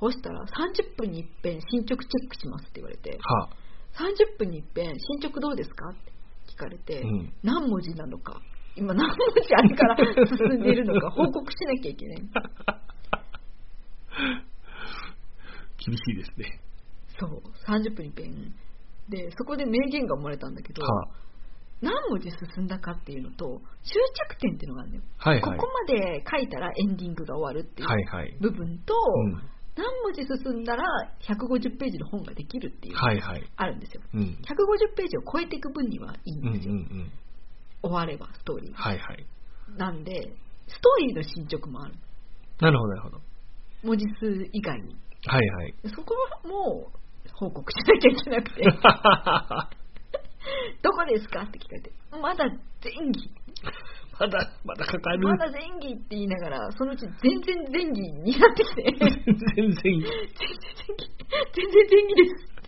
そしたら30分に一遍進捗チェックしますって言われて、
は
30分に一遍進捗どうですかって聞かれて、
うん
何文字なのか今何文字あれから進んでいるのか報告しなきゃいけない
厳しいですね。
そう30分に一遍でそこで名言が生まれたんだけど、
は
何文字進んだかっていうのと終着点っていうのがあるんだよ、
はいはい
ここまで書いたらエンディングが終わるっていう
はいはい。
部分と、
うん。
何文字進んだら150ページの本ができるっていう、
はいはい。
あるんですよ
うん。
150ページを超えていく分にはいい
うんうんん
ですよ、
うん。
終わればストーリーが
はいはい。
なんで、ストーリーの進捗もある。
なるほどなるほど。
文字数以外に。
はいはい。
そこはもう報告しなきゃいけなくて、どこですかって聞かれて、まだ前期、
まだ、まだかかる。
まだ前期って言いながら、そのうち全然前期になってきて、 全然前期、
全然。
全然前期です。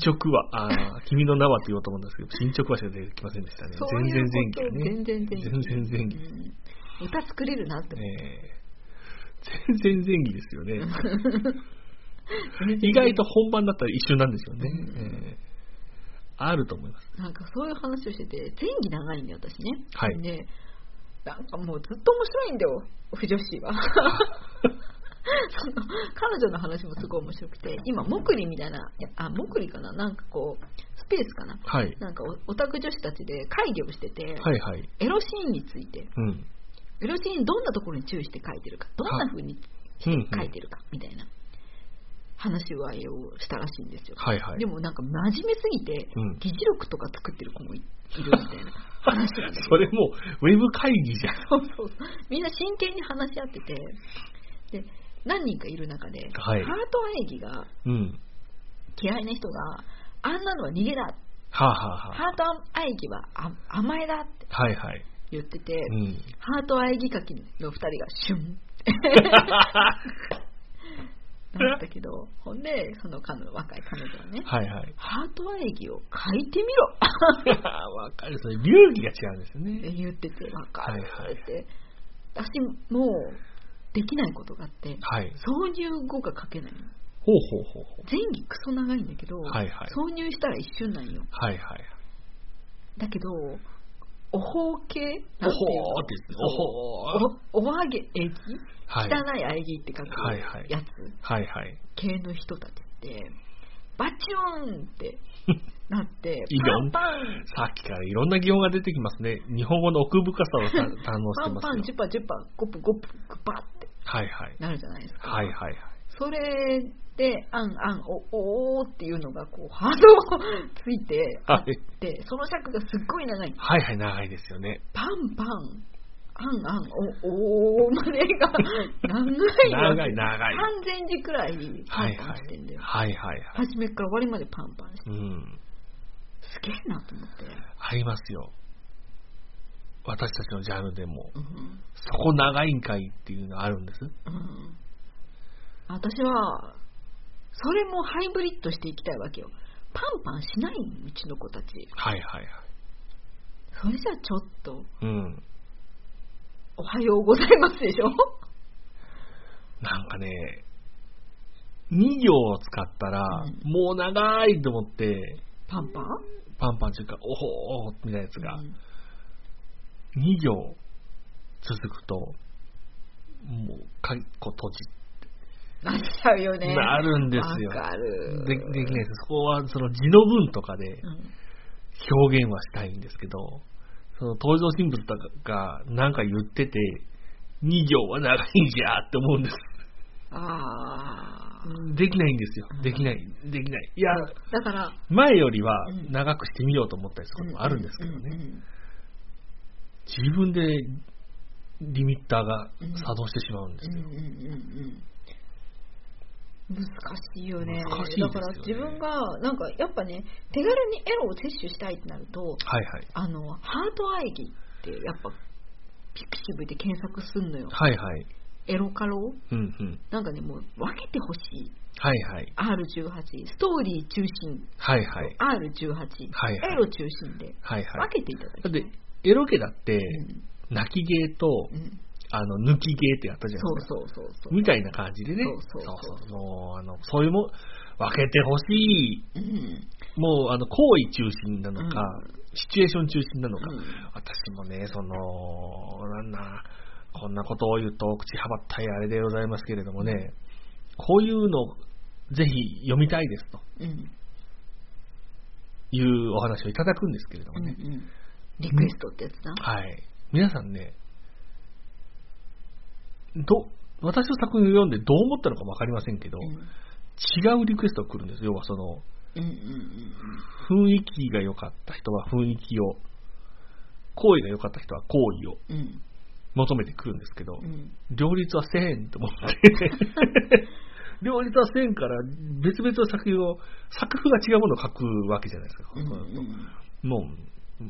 進捗は、ああ、君の名はって言おうと思うんですけど、進捗はしか出てきませんでしたね。
そういうこと
全然前
全然前
期
期。
だね。全然前期。
うん歌作れるなって思
えー全然前期ですよね。
う
意外と本番だったら一瞬なんですよね。
うん
えーあると思います。
なんかそういう話をしてて、前期長いんで私ね。
はい
で、なんかもうずっと面白いんだよ、不女子 は。その彼女の話もすごい面白くて、今、もくりみたいな、いやあ、もくりかな、なんかこう、スペースかな、
はい。
なんかおオタク女子たちで会議をしてて、
はいはい。
エロシーンについて、
うん。
エロシーンどんなところに注意して書いてるか、どんな風にして書いてるか、みたいな話し合いをしたらしいんですよ。
はいはい
で。もなんか真面目すぎて、
うん
議事録とか作ってる子もいいるみたいな話なんだけど
それもう、ウェブ会議じゃん。
そうそうそうみんな真剣に話し合っててで何人かいる中で、
はい
ハート演技が
うん。
嫌いな人があんなのは逃げだ
はあ、はあは
ハート演技はあ甘えだって
あ、はいはい。
言ってて、
うん。
ハート演技書きの2人がシ ュンなったけどほんでその彼女若い彼女はね
はい はい。
ハート演技を書いてみろ
わかる。それ、流儀が違うんです
って
ね。
言ってて、わかるって、
はいはい
私もうできないことがあって、
はい。
挿入後が書けないの
ほうほうほうほう。
前儀クソ長いんだけど、
はいはい
挿入したら一瞬なんよ
はいはい。
だけどおほう系
お
なんていうの
ほーって言って、おほー。
おおはげえぎ
はい。
汚いあえぎって書く
はいはい
やつ
はいはい。
系の人たちってバチューンって なって
いいよ
パンパン
さっきからいろんな疑問が出てきますね。日本語の奥深さをた堪能し
パ
て
ン
ま
パン
す
ジ
よ。
ュパジュパゴプゴプグパって
はいはい。
なるじゃないですか、
はいはいはい。
それであんあんおおーっていうのがこうハードルがついてあ
は
っ
い
てその尺がすっごい長い
はいはい、長いですよね。
パンパンあんあんおおーまで が長いわ
長い長い。
完全時くらいパ
はい
ンパン
はい
してんだ。よ、
はいはいはい。
初めから終わりまでパンパンして
うん。
すげえなと思って、
ありますよ。私たちのジャンルでも、
うん
そこ長いんかいっていうのあるんです。
うん、私はそれもハイブリッドしていきたいわけよパンパンしないうちの子たち
はいはいはい。
それじゃちょっと
うん。
おはようございますでしょ
なんかね、2行を使ったら、
うん
もう長いと思って、
パンパン
パンパンというか、おほーみたいなやつが
う、ん
2行続くと、もう、かっこ閉じ
なっちゃうよね
なるんですよ
わ。かる
でできないです。そこは、その字の文とかで
うん
表現はしたいんですけど、その登場人物とかがなんか言ってて、2行は長いんじゃって思うんです。
ああ
できないんですよ
う。ん
できない、できない。いや、
だから
前よりは
うん
長くしてみようと思ったりすることもあるんですけど
う
ね。
んうん
自分でリミッターが作動してしまうんですよ。
うんうんうんうん難しいよね
難しいですよね
だから自分がなんかやっぱね手軽にエロを摂取したいってなると
はいはい。
あのハートアイギってやっぱピクシブで検索すんのよ
はいはい。
エロカロ
うんうん。
なんかねもう分けてほしい
はいはい。
R18 ストーリー中心
はいはい。
R18、
はいはい
エロ中心で
はいはい。
分けていただきた
だ
い
って、エロゲだって、
うん
泣きゲーと、
うん
あの、抜きゲーってやったじゃ
そ
ないうですか。
そうそうそう
みたいな感じでね。
そうそうそう
もう、あの、そういうもん、分けてほしい。
うん
もう、あの、行為中心なのか、
う
シチュエーション中心なのか。
うん
私もね、その、なんな、こんなことを言うと、口はばったいあれでございますけれどもね、こういうの、ぜひ読みたいですと
うん
いうお話をいただくんですけれども
うんう
ね。
んリクエストってやつな、
はい。皆さんね、ど、私の作品を読んでどう思ったのかもわかりませんけど、
うん
違うリクエストが来るんですよ。要はその、
うんうんうん
雰囲気が良かった人は雰囲気を、行為が良かった人は行為を
うん
求めてくるんですけど、
うん
両立はせえへんと思って。 両立はせえへんから、別々の作品を、作風が違うものを書くわけじゃないですか。
うんうん
もう、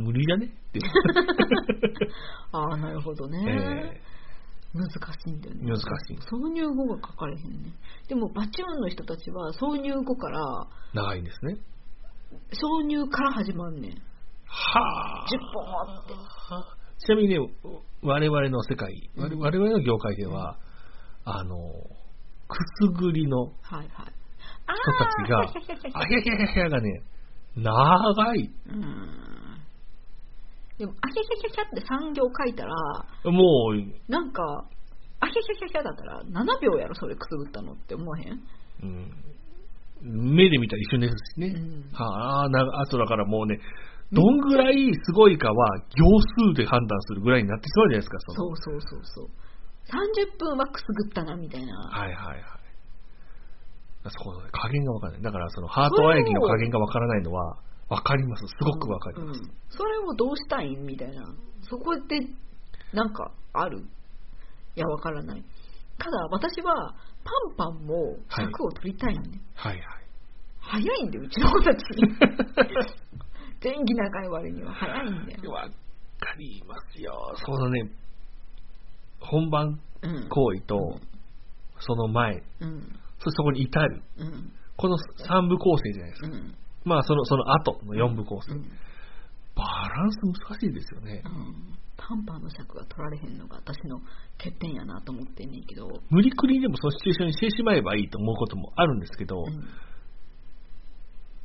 無理じゃねっていう、
ああなるほどね、
え
難しいんだよね
難しい
挿入語が書かれへんねでもバチューンの人たちは挿入語から
ー長いんですね。
挿入から始まんねん10
はあ。
本って
ちなみにね、我々の世界、我
うん
我々の業界では、あの、くすぐりの人
はいはいあ
たちが、あややややがね、長い。
ーうんでも「あひゃひゃひゃひゃ」って3行書いたら
もう、
なんか「あひゃひゃひゃひゃ」だったら7秒やろそれくすぐったのって思わへん
うん目で見たら一緒ですしね。
うん
はあ、なあとだからもうね、どんぐらいすごいかは、行数で判断するぐらいになってしまうじゃないですか、そ
そ
の。
うそうそうそう30分はくすぐったなみたいな
はいはいはい。そこ、加減がわからない。だから、その、ハートアイギの加減がわからないのは、わかります。すごくわかります。
うんそれをどうしたいんみたいなそこでなんかあるいやわからないただ私はパンパンも尺を取りたいのね、
はいはい。
早いんだようちの子たち 前儀長い割には早いんだよ、
わかりますよ。そのね、本番
うん、
行為と、その前、
うん
そそこに至る。
うん
この3部構成じゃないですか
うん
まあ、その、その後の4部構成。
うん
バランス難しいですよね
う。ん、パンパーの尺が取られへんのが私の欠点やなと思ってんねんけど、
無理くりでもそのシチュエーションにしてしまえばいいと思うこともあるんですけど、
うん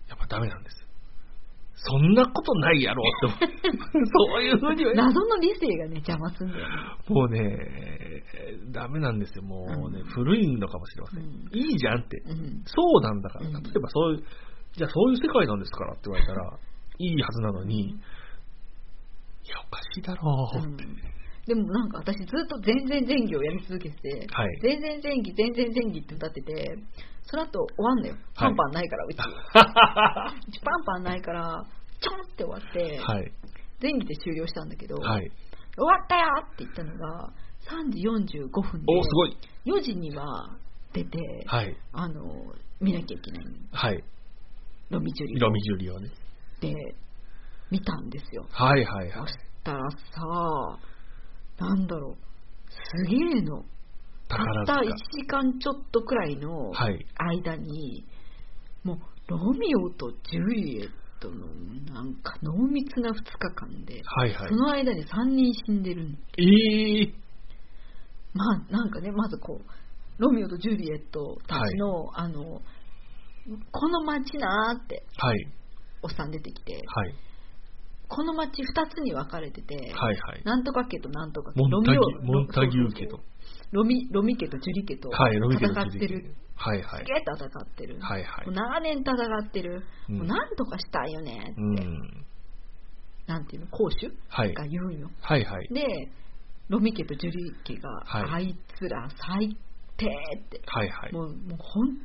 やっぱダメなんです。そんなことないやろって思う そういうふうには
謎の理性がね邪魔すんだよね
もうね、えーダメなんですよ。もうね、
うん
古いのかもしれません。
うん
いいじゃんって。
うん
そうなんだから、
う
例え
ん
ばそういう、じゃあそういう世界なんですからって言われたら、いいはずなのに、いや、おかしいだろうって。
うんでもなんか私ずっと全然前戯をやり続けてて、
はい
全然前戯全然前戯って歌っててその後終わんのよパンパンないから、うち うちパンパンないからちょんって終わって、
はい。
前戯で終了したんだけど、
はい。
終わったよって言ったのが3時45分で
おすごい。
4時には出て、
はい。
あの見なきゃいけない
はい。
ロミジュリ
色味ジュリをね。
で見たんですよ
はいはい
そ
はい。
したらさなんだろうすげえの
宝
たった1
塚。
時間ちょっとくらいの
はい
間に、もうロミオとジュリエットのなんか濃密な2日間で、
はいはい
そ。の間に3人死んでるの
えー、
まあなんかねまずこうロミオとジュリエットたちの、あのこの街なーって
はい。
おっさん出てきて
はい。
この街2つに分かれてて、
はいはい。
なんとか家となんとか家
モンタギ
ロミオ
モンタギュー家
そうそう
と。
そうロミロミ家とジュリ家と
はい、ロミ
戦
ジュ
っ
リ
てる
はいはい
す。げえ戦ってる、
はいはい
もう長年戦ってる、
うん
もうなんとかしたいよねって、
うん。
なんていうの公主
はい。
が言うんよ、
はいはい。
でロミ家とジュリ家が、
は
あいつら最低って、
はいはい。
もうもう本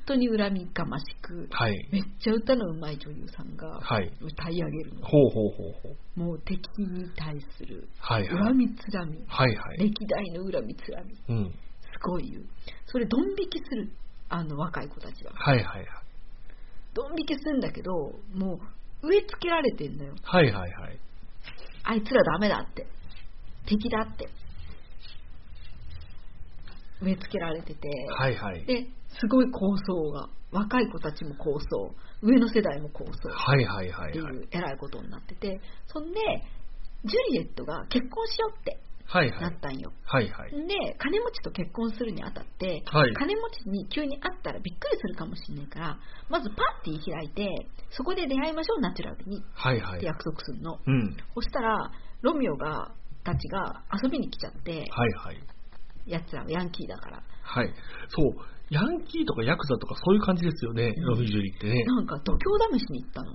当に恨みがましく、
はい。
めっちゃ歌のうまい女優さんが
はい
歌い上げるの、
ほうほうほうほう。
もう敵に対する
はいはい。
恨みつらみ、
はいはい。
歴代の恨みつらみす
うん。
ごい言うそれドン引きするあの若い子たちが
はいはいはい。
ドン引きするんだけどもう植え付けられてんだよ
はいはいはい。
あいつらダメだって敵だって植え付けられてて、
はいはい。
ですごい構想が若い子たちも構想上の世代も構想っ
はいはいはい
てい
はい。
う偉いことになっててそんでジュリエットが結婚しようって
はいは。
ないったんよ、
はいはい。
で金持ちと結婚するにあたって、
はい
金持ちに急に会ったらびっくりするかもしれないからまずパーティー開いてそこで出会いましょうナチュラルにっ
はいはい
て。約束するの、
うん。
そしたらロミオがたちが遊びに来ちゃって、
はいはい。
やつらはヤンキーだから
はい。そう。ヤンキーとかヤクザとかそういう感じですよね、
うん
ロミジュリって ね。
なんか度胸試しに行った の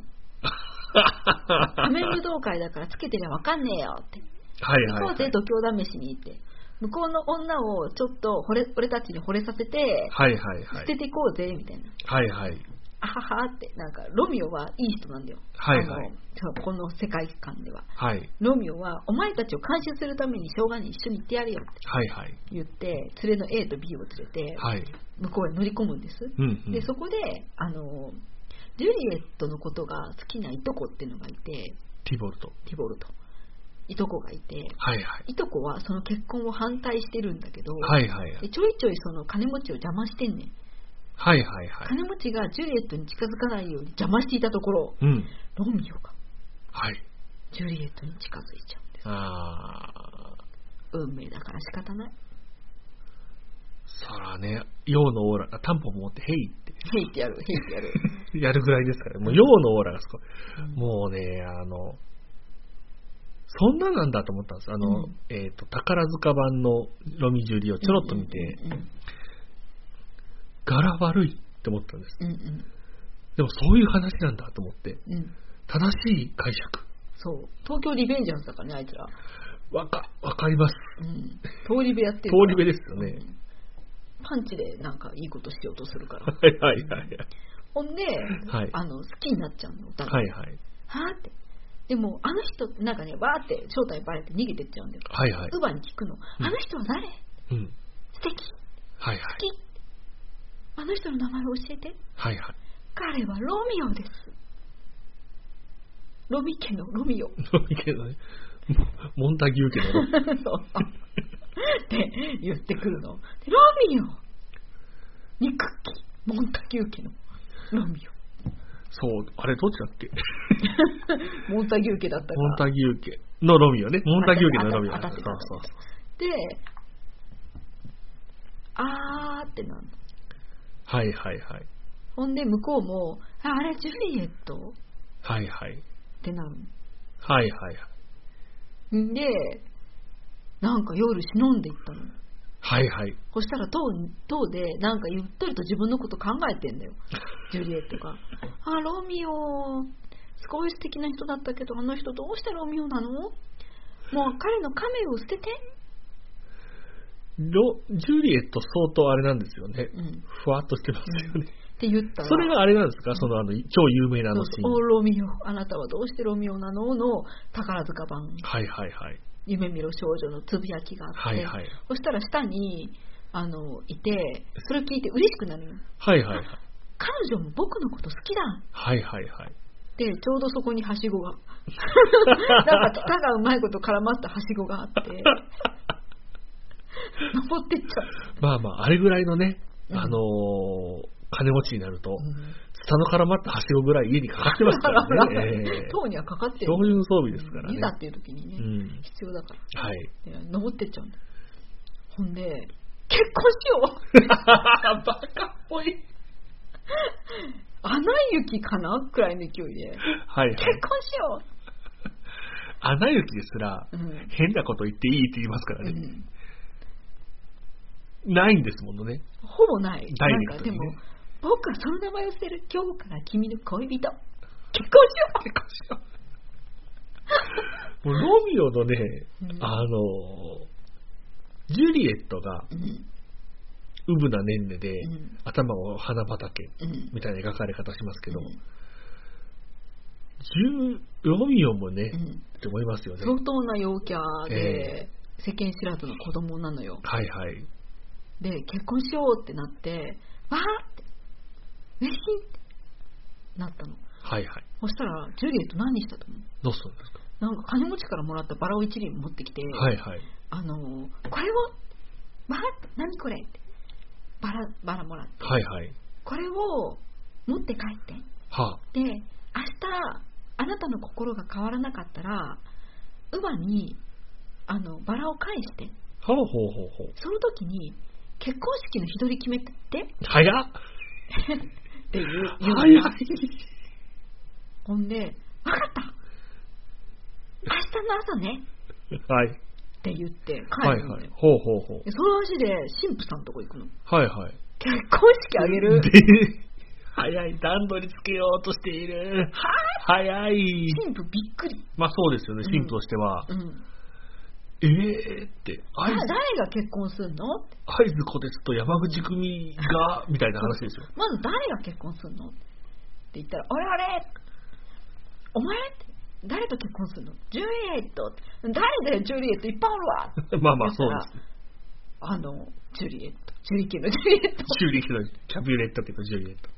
仮面武道会だからつけてりゃわかんねえよって
はいは
行
い
こ
う
ぜ
はい。
度胸試しにって向こうの女をちょっと惚れ俺たちに惚れさせて、
はいはいは
捨
い
て。ていこうぜみたいな
はいはい。
あははって、なんか、ロミオはいい人なんだよ。
はいはい
あのそうこの世界観では。
はい。
ロミオは、お前たちを監視するために生姜に一緒に行ってやるよって
はいはい。
言って、連れの A と B を連れて、
はい。
向こうへ乗り込むんです。
うん、うん。
で、そこで、あの、ジュリエットのことが好きないとこっていうのがいて、
ティボルト。
ティボルト。いとこがいて、
はいはい。
いとこはその結婚を反対してるんだけど、
はいはい。
でちょいちょいその金持ちを邪魔してんねん。
はいはいはい。
金持ちがジュリエットに近づかないように邪魔していたところ、
うん。
ロミオが
はい。
ジュリエットに近づいちゃうんです
あー、
運命だから仕方ない
そらね、陽のオーラがタンポポ持って、ヘイっ
ヘイってやるヘイってやる
てやるぐらいですから、もう陽のオーラがすごい。
う ん
もうね、あの、そんななんだと思ったんです。あの、
うん
えっ、と、宝塚版のロミジュリをちょろっと見て、
うん
柄悪いって思ったんです。
うんうん
でもそういう話なんだと思って、
うんうん
正しい解釈。
そう東京リベンジャーズだからねあいつら
わか、わかります。
うん通り部やっ
通
てるから
り部ですよね
う。んパンチでなんかいいことしようとするから
はいはいはい
ほんで、
はい
あの好きになっちゃうのお
はい。はい
互
いはい。
はーってでもあの人なんかねバーって正体バレて逃げてっちゃうんだよ
はいはい
ウ。バに聞くの、
うん
あの人は誰
うん。
素敵好
はいはい。
きあの人の名前を教えて
はいはい。
彼はロミオです。ロミ家のロ ミオ。
そういけどね。モンタギュー家の
そうって言ってくるの。でロミオ憎きモンタキュー家のロミオ。
そう、あれどっちだっけ
モンタギュー家だったか
モンタギュー家のロミオね。モンタギュー家のロミオ
当たってた
そうそうそう。
であーってなるの
はいはいはい。
ほんで向こうもああれジュリエット
はいはい。
ってなるの
はいはいはい。
んで、なんか夜忍んでいったの。
はいはい。
そしたら、塔塔で、なんかゆったりと自分のこと考えてん だよ。ジュリエットが。あ、ロミオ、すごい素敵な人だったけど、あの人どうしてロミオなのもう彼の亀を捨てて。
ロジュリエット相当あれなんですよね。
うん。
ふわっとしてますよね。
って言ったら、
それがあれなんですかそのあの、超有名なあ
そ
の
う
シ
そう
ーン
お。ロミオ、あなたはどうしてロミオなのの宝塚版、
はいはいはい。
夢見ろ少女のつぶやきがあって、
はいはい。
そしたら下に、あの、いて、それ聞いて嬉しくなるよ。
はいはいはい。
彼女も僕のこと好きだ
はいはいはい。
ってちょうどそこにはしごがなんか舌がうまいこと絡まったはしごがあって登ってっちゃ
まあまあ、あれぐらいのね、
うん
あのー金持ちになると、
う、
下の絡まったはしごぐらい家にかかってます からね。ええ
塔にはかかって
標
る
準装備ですからね
い。ざっていう時にね、
うん。
必要だか
はい。
らいや登ってっちゃうんだほんで結婚しよう
バカっぽい。
穴雪かなくらいの勢いで
はいはい
結。婚しよ
アナ雪ですら、
う、うん
変なこと言っていいって言いますから
う
ね。
ん、
ないんですものね。
ほぼない
ダイレ
なん
ク
か
ト
で
に
も
ね
僕はその名前を捨てる今日から君の恋人結婚しよう
結婚しよう。もうロミオのね、
うん
あのー、ジュリエットが、
うん
ウブな年齢で、
うん
頭を花畑
うん
みたいな描かれ方しますけど、
うん
十ロミオもね、
う
っ
ん
て思いますよね。
相当な陽キャ
え
で、世間知らずの子供なのよ
はいはい。
で結婚しようってなってわーって嬉しいってなったの
はいはい。
そしたらジュリエット何したと思う
どうするんですか、
なんか金持ちからもらったバラを一輪持ってきて、
はいはい。
あのーこれをわーって何これってバラバラもらって
はいはい。
これを持って帰って
は
で明日あなたの心が変わらなかったら乳母にあのバラを返して
あ。はあ、ほうほうほう。
その時に結婚式の日取り決めてっ
早っ
ていう言うの
早い
ほんで分かった明日の朝ね
はい。
って言って帰
はい
るの
はい
よ。
ほうほうほ
でその足で神父さんのとこ行くの結
う。はいはい。
婚式あげる
で、早い。段取りつけようとしている。早い。
神父びっくり
まあそうですよね、神父としては。
うん
ええーって、合
誰
図
が結婚するの
会津小鉄と山口組が、みたいな話ですよ。
まず誰が結婚するのって言ったら、俺俺お前って誰と結婚するのジュリエットって誰だよ、ジュリエットいっぱいおるわ
まあまあ、そうです。
あの、ジュリエット、ジュリ家のジュリエット
修理けど、キャビュレットけど、ジュリエット。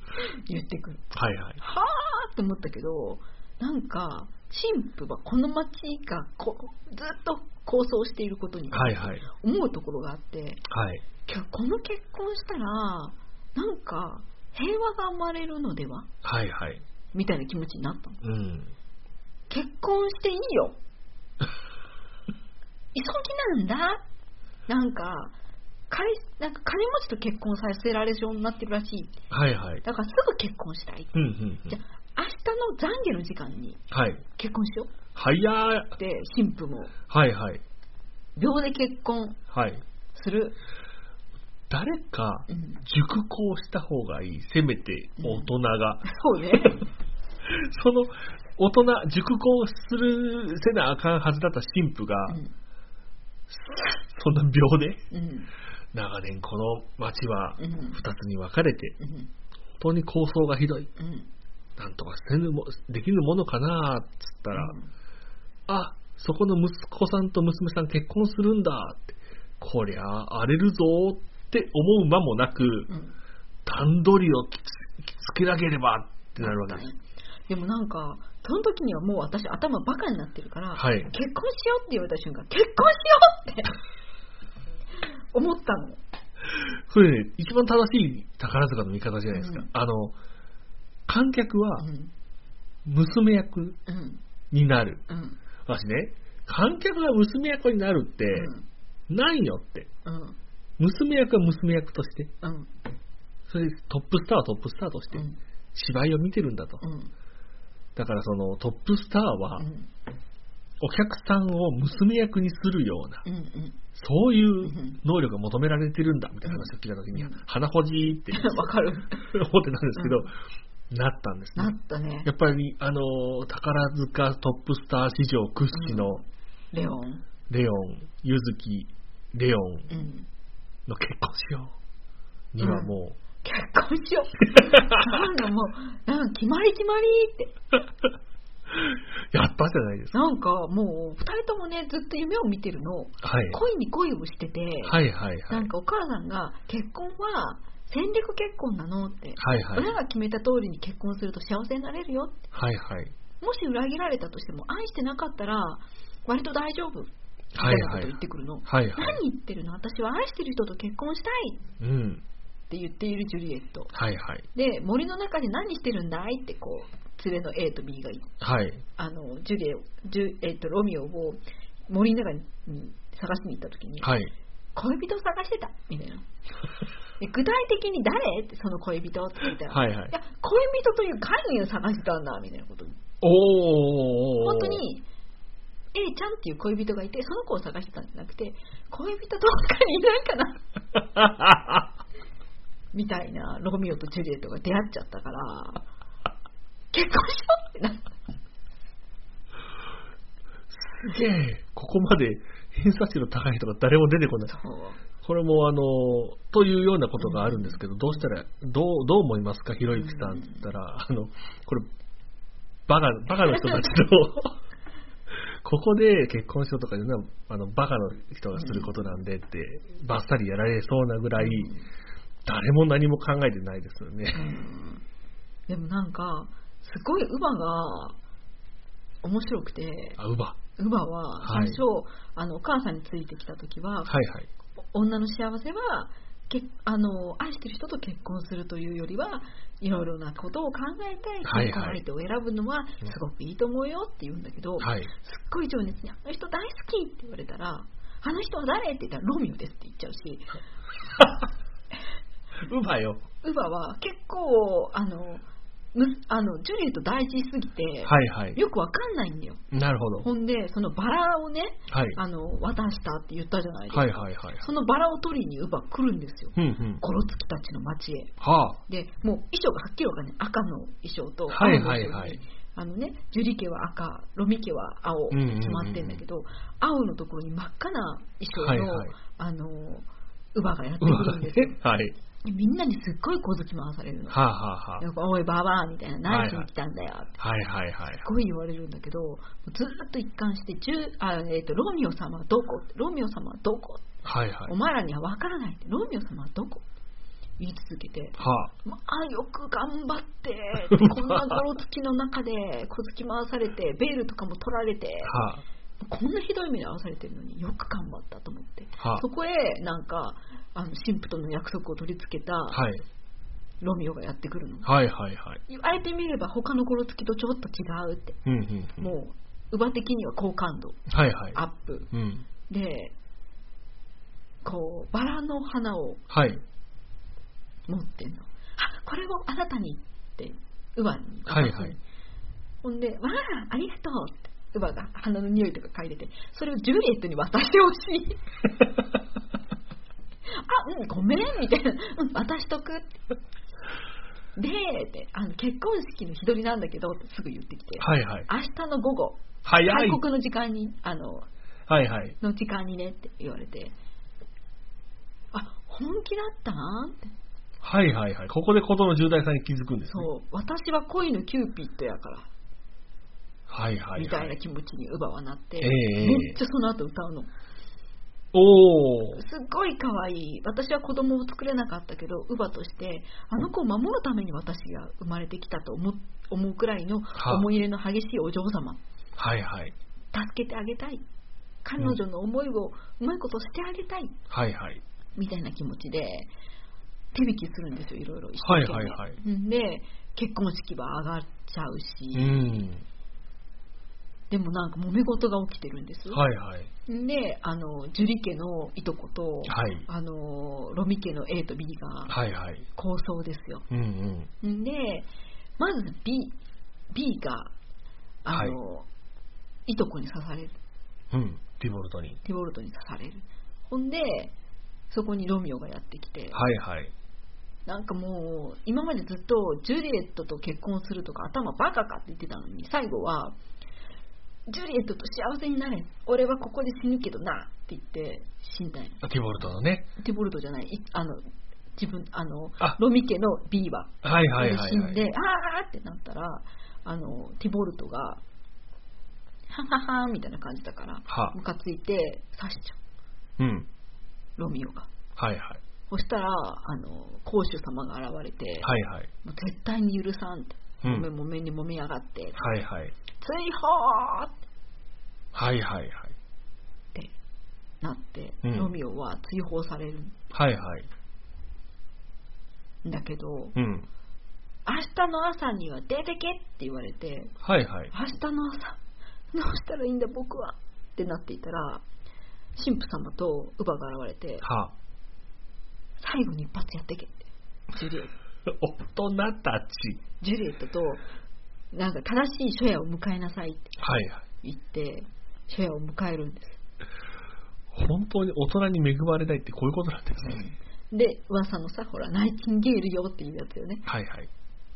言ってくる。
はいはい。
はあって思ったけど、なんか、神父はこの町がこずっと構想していることに
はいはい。
思うところがあって、
はい。
きゃこの結婚したら、なんか平和が生まれるのでは
はいはい。
みたいな気持ちになったの。
うん。
結婚していい よ急ぎなんだなんかかなんか金持ちと結婚させられるようになってるらしい
はいはい。
だからすぐ結婚したい
うんうんう
じゃ
ん。
あ明日の懺悔の時間に
はい。
結婚しよう
早い。
って神父も
はいはい。
秒で結婚
はい。
する、
誰か
う、ん、
熟考した方がいい。せめて、大人が。
そうね
その、大人、熟考するせなあかんはずだった神父が、そんな秒で、
うんうん
長年この町は
うんうん
二つに分かれて、
うん
本当に構想がひどい。
うん
なんとかせぬも、できぬものかなっつったら、あ、そこの息子さんと娘さん結婚するんだって、こりゃ荒れるぞって思う間もなく、
うん
段取りをきつつけなければってなるわけです。
でもなんかその時にはもう私頭バカになってるから、
はい
結婚しようって言われた瞬間結婚しようって思ったの
それね、一番正しい宝塚の見方じゃないですか。
うん
あの、観客は
うん
娘役
うん
になる。
うん
私ね、観客が娘役になるって、ないよって。
うん
娘役は娘役として、
うん
それでトップスターはトップスターとして、
うん
芝居を見てるんだと。
うん
だからそのトップスターは
う、ん
お客さんを娘役にするような、
うんうん
そういうん能力が求められてるんだ、みたいな話を聞いた時に
うん、
鼻ほじー って
わかる。
思ってたんですけど、なったんです
な
ね。
ったね。
やっぱり、あのー、宝塚トップスター史上屈指の
レオン。
レオン、ゆずき、レオン
うん。
の結婚しようにはもう、
結婚しよう。なんかもう、なんか決まり決まりって。
やったじゃないですか。
なんかもう、二人ともね、ずっと夢を見てるの。
はい。
恋に恋をしてて、
はいはいは
ないん。かお母さんが、結婚は戦略結婚なのって。
はいはい。
親が決めた通りに結婚すると幸せになれるよって。
はいはい。
もし裏切られたとしても、愛してなかったら、割と大丈夫。みた
はいい
なこ
は
と
い
言っ。てくるの。
はいはい。
何言ってるの私は愛してる人と結婚したい
うん。
って言っているジュリエット。
はいはい。
で森の中で何してるんだいってこう連れの A と B が
はい。
あのジュリエジュ、えっとロミオを森の中に探しに行った時に、
はい。
恋人を探してたみ たいなで具体的に誰ってその恋人って言ったら、
はいはい
や恋人という概念を探してたんだみたいなこと
おー。
本当。に A ちゃんっていう恋人がいてその子を探してたんじゃなくて恋人どっかにいないかなみたいなロミオとジュリエットが出会っちゃった から結婚しようってなった
すげ え。ここまで偏差値の高い人が誰も出てこない。これもあの、というようなことがあるんですけど、どうしたら、どう、どう思いますか、ひろゆきさんって言ったら、あの、これ、バカ、バカの人たち と、ここで結婚しようとかいうのは、あの、バカの人がすることなんでって、ばっさりやられそうなぐらい、誰も何も考えてないですよね。
うんでもなんかすごいウバが面白くて
あ、うば。
ウバは
は
最
い
初、あのお母さんについてきた時
は
は、
いはい。
女の幸せはけあの愛してる人と結婚するというよりはいろいろなことを考えて
はいはい
結婚相手を選ぶのは
うん
すごくいいと思うよって言うんだけど、
はい。
すっごい情熱に「あの人大好き!」って言われたら「あの人は誰?」って言ったら「ロミオです」って言っちゃうし
うばよ。
ウバは結構あのむあのジュリエット大事すぎて、
はいはい。
よくわかんないんだよ
なるほど。
ほんでそのバラをね
はい。
あの渡したって言ったじゃないですか、
はいはいはい。
そのバラを取りにウバ来るんですよ
うんうん。
コロツキたちの町へ
はあ。
でもう衣装がはっきりわかんない赤の衣装と青
はい
の
はい
衣装
は
に
い。
あのね、ジュリ家は赤ロミ家は青
うんうんうんうん
決まってんだけど、青のところに真っ赤な衣装の、
はいはい
あのウバがやって
う
く
ば
るん
ね
ですよ。
はい。
でみんなにすっごい小突き回されるの
はあはあはあ
なんかおい、ババアみたいな、何しに来たんだよって、
はいはいはい
す。ごい言われるんだけど、ずーっと一貫して、じゅうあえー、とロミオ様はどこロミオ様はどこ
はいはい
お。前らには分からないって、ロミオ様はどこ言い続 けて、
は
まあよく頑張って、こんなゴロつきの中で、小突き回されて、ベールとかも取られて、
あ、は
こんなひどい目に遭わされてるのによく頑張ったと思って、
あ、は
そこへなんか、あの神父との約束を取り付けた
あ、はい。
ロミオがやってくるの。
はいはいはい。
言われてみれば他のゴロつきとちょっと違うって
うんうんうん。
もう馬的には好感度
はいはい。
アップ
うん。
でこうバラの花を
はい。
持ってんのあこれをあなたにって馬に渡すの
はいはい
ほんでわあありがとうって馬が花の匂いとか嗅いでてそれをジュリエットに渡してほし いあうんごめんみたいな、うん、渡しとくって でってあの結婚式の日取りなんだけどってすぐ言ってきて
はいはい。
明日の午後
早い。
開国の時間にあの
はいはい。
の時間にねって言われてあ本気だったんって
はいはいはい。ここで事の重大さに気づくんです、ね。
そう私は恋のキューピッドやから、
はいはい、はい。
みたいな気持ちにウバはなって、
ええ
めっちゃその後歌うのす
おー。
っごい可愛い私は子供を作れなかったけどウバとしてあの子を守るために私が生まれてきたと思う思うくらいの
はあ
思い入れの激しいお嬢様
はいはい。
助けてあげたい彼女の思いをうまいことしてあげたい、
はいはい。
みたいな気持ちで、手引きするんですよ、いろいろ。一
はい
生懸
はいは
命
い。
うんで、結婚式は上がっちゃう
う
し、
ん。
でもなんか揉め事が起きてるんです。
はいはい。
で、あの、樹里家のいとこと、
はい。
あの、ロミ家の A と B が
はいはい。
構想ですよ。
うんうん。
で、まず B, B が、あの、い、とこに刺される、
うん。リボルトに。
リボルトに刺される。ほんで、そこにロミオがやってきて、
はいはい。
なんかもう、今までずっとジュリエットと結婚するとか頭バカかって言ってたのに、最後は、ジュリエットと幸せになれ、俺はここで死ぬけどなって言って死んだんよ
リボルトのね。
デボルトじゃない、いあの自分あの
あ
ロミ家の B は
はいはいはい、はい。
死んで、あーってなったら、あのティボルトが、はははみたいな感じだから、
は
ムカついて刺しちゃう、
うん。
ロミオが。
はいはい。
そしたら、あの公主様が現れて、
はいはい。
もう絶対に許さんって、
う
もめ
ん。
もめにもめやがって、追
はいはい。
放って
はいはいはい。
なって、
うん
ロミオは追放される
はいはい。
んだけど、明
うん。
日の朝には出てけって言われて、
はいはい。
明日の朝どうしたらいいんだ僕はってなっていたら神父様と乳母が現れて
は。
最後に一発やってけってジュリエット
大人たち。
ジュリエットとなんか正しい初夜を迎えなさいって
はいはい。
言って初夜を迎えるんです
本当に大人に恵まれないってこういうことなんですね。
で噂のさほらナイチンゲールよっていうやつよね
はいはい。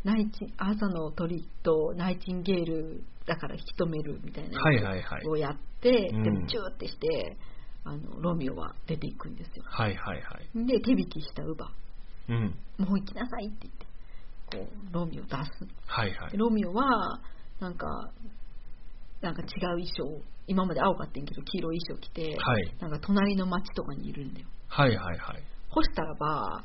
ナイチン朝の鳥とナイチンゲールだから引き止めるみたいな
はい
や
はいはい
つ。をやって、
うん
でもチューってしてあのロミオは出ていくんですよ
はいはいはい。
で手引きした乳母
うん。
もう行きなさいって言って、こう、ロミオを出す。
はいはい
で。ロミオは、なんか、なんか違う衣装、今まで青かったんやけど、黄色い衣装着て、
はい。
なんか隣の町とかにいるんだよ。
はいはいはい。
干したらば、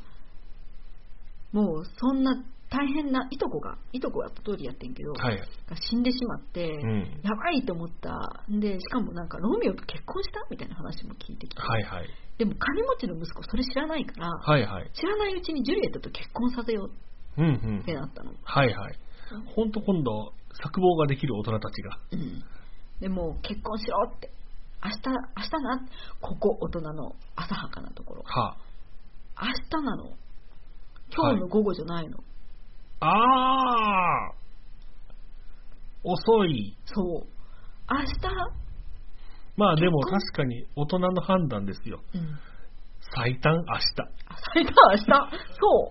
もうそんな大変ないとこが、いとこがやった通りやってんけど、
はい。
が死んでしまって、
うん。
やばいと思った。で、しかもなんか、ロミオと結婚したみたいな話も聞いてきて、
はいはい。
でも金持ちの息子、それ知らないから、
はいはい。
知らないうちにジュリエットと結婚させよう
うんう
っ
ん
て。なったの。
はいはい。ほんと今度、作望ができる大人たちが。
うん、でもう結婚しろって明日明日なここ大人の浅はかなところ
は
明日なの今日の午後じゃないの、
あ。あー遅い。
そう明
まあでも確かに大人の判断ですよ。
日、うん、
最短明日。
あ最短明日そ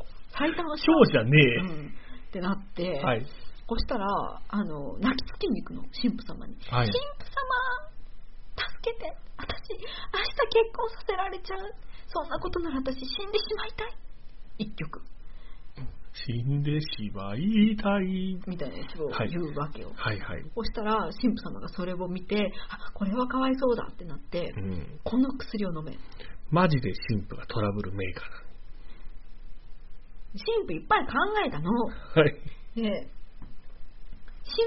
う最短明日
今日じゃね
うん、ってなって、
え。はい。
そしたらあの泣きつきに行くの神父様に、
はい
神父様助けて私明日結婚させられちゃうそんなことなら私死んでしまいたい一曲
死んでしまいたい。
みたいなやつを
はい
言うわけよ、
はいはい。
そしたら神父様がそれを見てあこれはかわいそうだってなって、
うん。
この薬を飲め神
マジで神父がトラブルメーカー
父いっぱい考えた
な
の
のはい。
で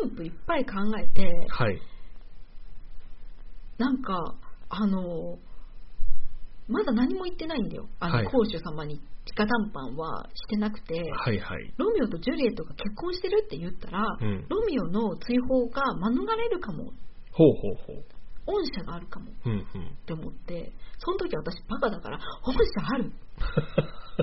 神父いっぱい考えて
はい。
なんかあのまだ何も言ってないんだよあの、
はい
公主様に直談判はしてなくて、
はいはい。
ロミオとジュリエットが結婚してるって言ったら、
うん
ロミオの追放が免れるかも
ほうほうほう。
恩赦があるかも
うんうん。
って思って、その時私バカだから、本社あ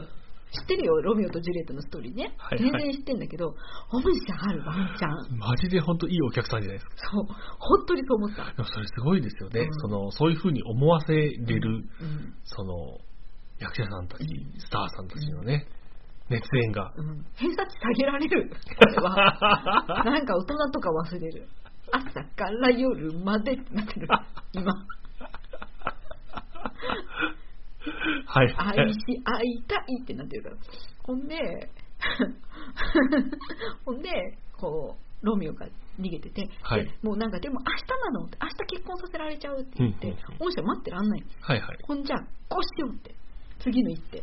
る 知ってるよ、ロミオとジュリエットのストーリーね。
はいはい
全然知ってんだけど、本社あるワンチャン。
マジで本当いいお客さんじゃないですか。
そう、本当にそう思った。
でもそれすごいですよね。
うん
その、そういうふうに思わせれる、
うん。
その、役者さんたち、
うん
スターさんたちのね、熱演が。
うん。偏差値下げられる。これは。なんか大人とか忘れる。朝から夜までってなってる。今。
はい。
愛し、会いたいってなってるから。ほんで、 ほんで、こう、ロミオが逃げてて、
はい
でもうなんか、でも明日なのって、明日結婚させられちゃうって言って、
うんうん
御社待ってらんないよ
はいはい。
ほんじゃ、こうしようって、次の一手、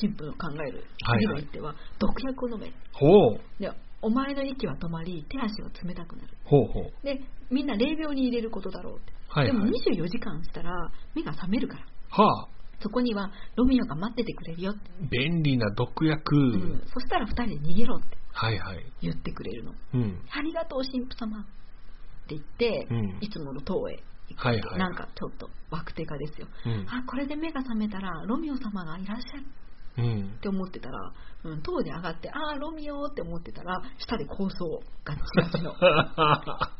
神父の考える
はい
次
は
の
い
一手は、毒薬を飲め。
ほう。
で、お前の息は止まり、手足は冷たくなる。
ほうほう。
で、みんな霊廟に入れることだろうって。
はい
でも
はい。
24時間したら、目が覚めるから。
はあ。
そこにはロミオが待っててくれるよって、
便利な毒薬。
うんそしたら二人で逃げろって
はいはい。
言ってくれるの
うん。
ありがとう神父様って言って、
うん
いつもの塔へ行く、
はいはい
なんかちょっとワクテカですよ
うん。
あこれで目が覚めたらロミオ様がいらっしゃる
うん
っ。て思ってたら、うん、塔に上がってああロミオって思ってたら下で構想がちガ チの
は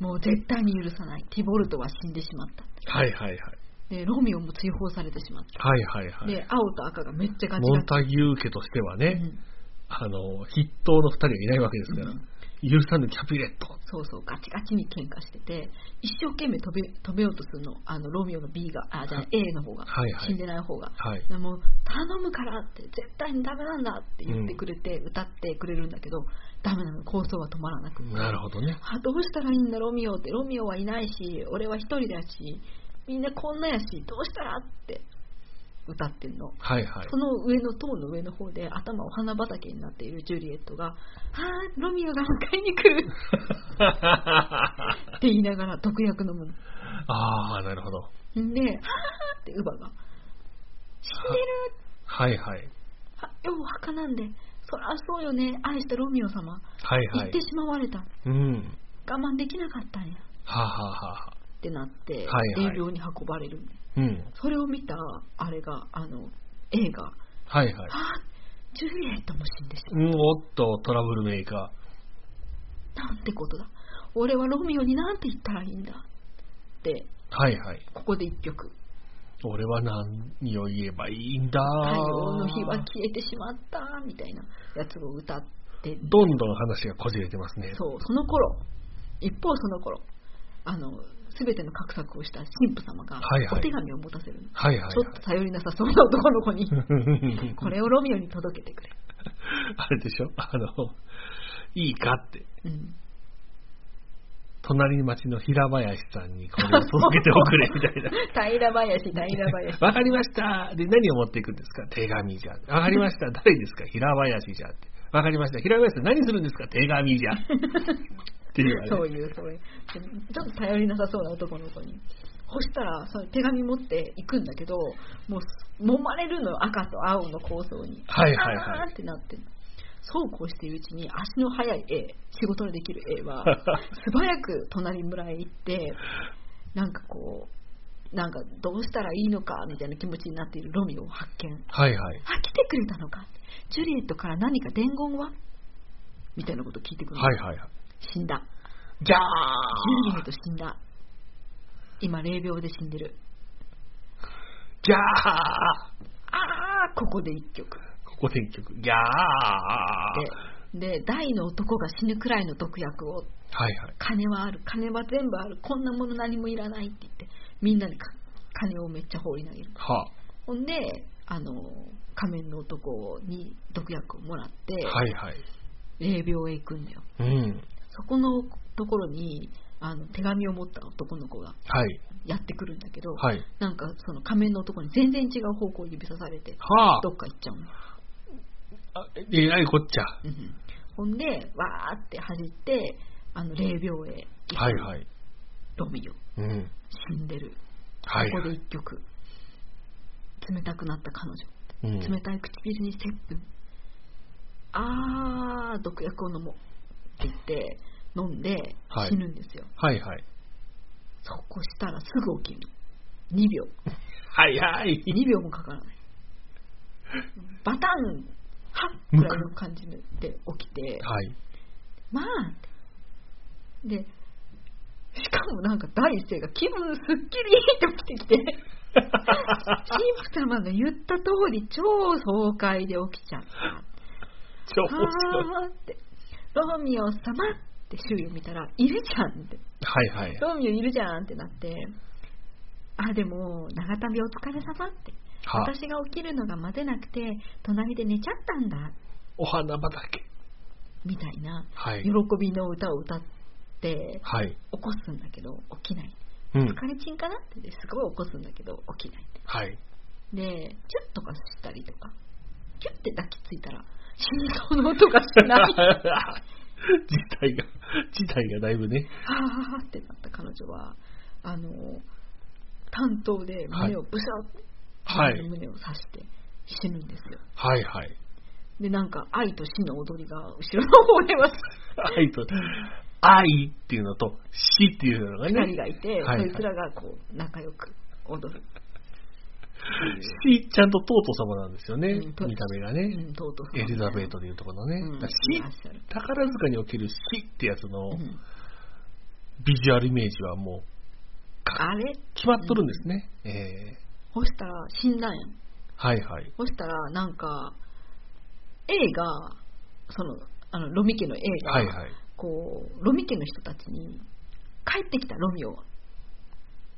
もう絶対に許さないティボルトは死んでしまった
いはいはい。
でロミオも追放されてしまっ
はいはい
た、
はい。
で青と赤がめっちゃガチ
モ
ガ
ン
チ
タギュー家としてはね、
うん
あの、筆頭の二人がいないわけですから、
うん
許さぬキャピレット。
そうそうガチガチに喧嘩してて一生懸命飛び飛べようとするのあのロミオの B があじゃあ A の方が、
はいはい
死んでない方が、
はい。
でも頼むからって絶対にダメなんだって言ってくれて、歌ってくれるんだけどダメなの構想は止まらなくて
なるほどね。
あどうしたらいいんだロミオってロミオはいないし俺は一人だしみんなこんなやしどうしたらって歌ってんの
はい はい
そ。の上の塔の上の方で頭お花畑になっているジュリエットが「あーロミオが迎えに来る」って言いながら毒薬飲むの
ああ、なるほど。
んで「はーって乳母が「死んでる!」
はいはい。
あようお墓なんでそらそうよね愛したロミオ様
はいは
行
い
って。しまわれた
うん。
我慢できなかったんや
はあ、はあはあはあ、
ってなって、
はいはい
霊廟に運ばれるんで
うん。
それを見たあれがあの映画
はいはい。
あジュリエットも死んでしま
うん、おっと、トラブルメーカ
うなんてことだ俺はロミオになんて言ったらいいんだって
ー。はいはい。
ここで一曲
俺は何を言えばいいんだ
「太陽の日は消えてしまった」みたいなやつを歌って
どんどん話がこじれてますね。
そうその頃一方その頃あの全ての画策をした神父様が
はいはい
お手紙を持たせるの、
はいはいはい。
ちょっと頼りなさそうな男の子に こ
こ
れをロミオに届けてくれ、
あれでしょあの、いいかって。
うん、
隣町の平林さんにこれを届けておくれ、みたいな。
平林平林
わかりました。で、何を持っていくんですか手紙じゃ。わかりました。誰ですか平林じゃって。わかりました。平林さん何するんですか手紙じ ゃ。っていうあれ
そういうそういうでちょっと頼りなさそうな男の子にそしたらその手紙持っていくんだけどもう揉まれるの赤と青の構想に
はいはいはい
あーってなってるそうこうしているうちに足の速い A 仕事のできる A は素早く隣村へ行ってなんかこうなんかどうしたらいいのかみたいな気持ちになっているロミオを発見
はいはい。
あ来てくれたのかジュリエットから何か伝言はみたいなことを聞いてくるの、
はいはいはい。
死んだ
じゃ
ジュリエ
ー
ット死んだ今霊病で死んでる
じゃあ
ああここで一曲
ここで一曲。じゃあ
でで大の男が死ぬくらいの毒薬を
はいはい。
金はある金は全部あるこんなもの何もいらないって言ってみんなにか金をめっちゃ放り投げる
は
ほんであの仮面の男に毒薬をもらって、
あ、はいはい。
霊廟へ行くんだよ
うん。
そこのところにあの手紙を持った男の子が
はい。
やってくるんだけど、
はい。
なんかその仮面の男に全然違う方向に指さされて
はあ
どっか行っちゃうの、
あ。えらいこっちゃ。
うんほんでわーって走ってあの霊廟へ行く、
はいはい。
ロミオ
うん。
死んでる
はい
ここ
は
で
い。
一曲冷たくなった彼
うん
女冷たい唇に接吻あー毒薬を飲もうって言って飲んで
はい
死ぬんですよ、
はいはい。
そこしたらすぐ起きる2秒
はいはい。
2秒も かからないバタンはっくらいの感じで起きて
はい。
まあってでしかもなんか第一声が気分すっきりって起きてきて神父様が言った通り超爽快で起きちゃった。
超面白い。
はーって。ロミオ様って周囲を見たら、いるじゃんって。
はいはい。
ロミオいるじゃんってなって。あ、でも、長旅お疲れ様って。
はあ
私が起きるのが待てなくて、隣で寝ちゃったんだ。
お花畑。
みたいな、
は
喜
い。
びの歌を歌って、
はい。
起こすんだけど、起きない。
うん。
疲れちんかなって、すごい起こすんだけど、起きない。
はい。
で、チュッとかしたりとか、キュッて抱きついたら、心臓の音がし ない。
事態が、事態がだいぶね。
はぁーってなった彼女は、あの、担当で胸をブシャッ
はい
胸を刺して死ぬんですよ。
はいはい。
で、なんか、愛と死の踊りが後ろの方では
愛と、愛っていうのと死っていうのが
2人
ね、
がいて、
はいはい
そいつらがこう、仲良く踊る。
死ちゃんとトート様なんですよね、
うんト
見た目が
う
ね。
ん、とうとう。
エリザベートでいうところのね。
うん
だ
い
から
らっ
死、
しゃる
宝塚における死ってやつの
うん
ビジュアルイメージはもう
あれ
決まっとるんですね。え
ほしたら死んだんやん。
ーはいはい。
ほしたら、なんか、A が、その、あの、ロミ家の A が、
はいはい。
こう、ロミ家の人たちに、帰ってきたロミオは、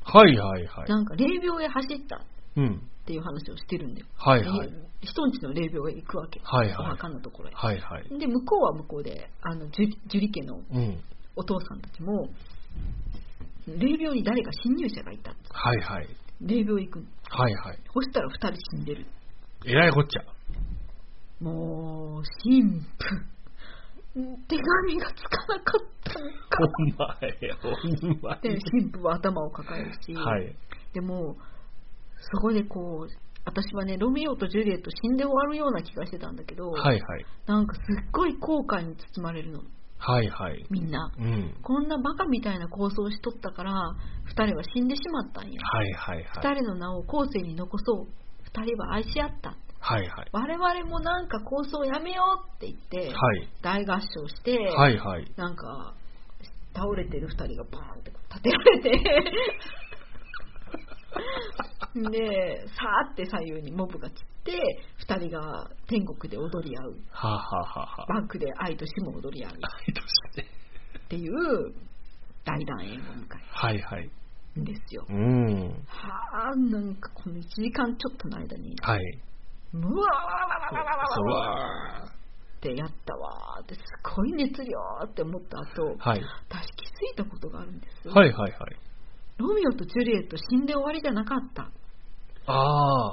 はいはいはい。
なんか霊病へ走ったっ
うん。
ていう話をしてるんだよ。
はいはい
で。人んちの霊病へ行くわけ。
はいはい
お墓のところへ。
はいはい。
で、向こうは向こうで、あの、ジュジュリ家の
うん。
お父さんたちも、霊病に誰か侵入者がいたって。
はいはい。
霊病行く。
はいはい。
そしたら二人死んでる。
えらいこっちゃ。
もう、神父。手紙がつかなかったのか。
ほんまや、ほんま
で、神父は頭を抱えるし、
や。はい。
でも、そこでこう、私はね、ロミオとジュリエット死んで終わるような気がしてたんだけど、
はいはい。
なんかすっごい後悔に包まれるの、
はいはい。
みんな。
うん。
こんなバカみたいな構想をしとったから、二人は死んでしまったんや。
はいはいはい。
二人の名を後世に残そう。二人は愛し合った。
はいはい。
我々もなんか構想やめようって言って、
はい。
大合唱して、
はいはい。
なんか、倒れてる二人がバーンって立てられて、 で、さーって左右にモブが散って、二人が天国で踊り合う。
はあ、はあはあはあ。
バンクで愛と死も踊り合うっ
愛として。
ていう大団円を迎
はいはい。
えるんですよ
う。ん。
はあ、なんかこの1時間ちょっとの間に、
はい。
うわーわわわわ
そう
わわわ
わ
ってやったわーって、すごい熱量って思った後、
ーはい。
私気づいたことがあるんですよ。
はいはいはい。
ロミオとジュリエット死んで終わりじゃなかった。
ああ、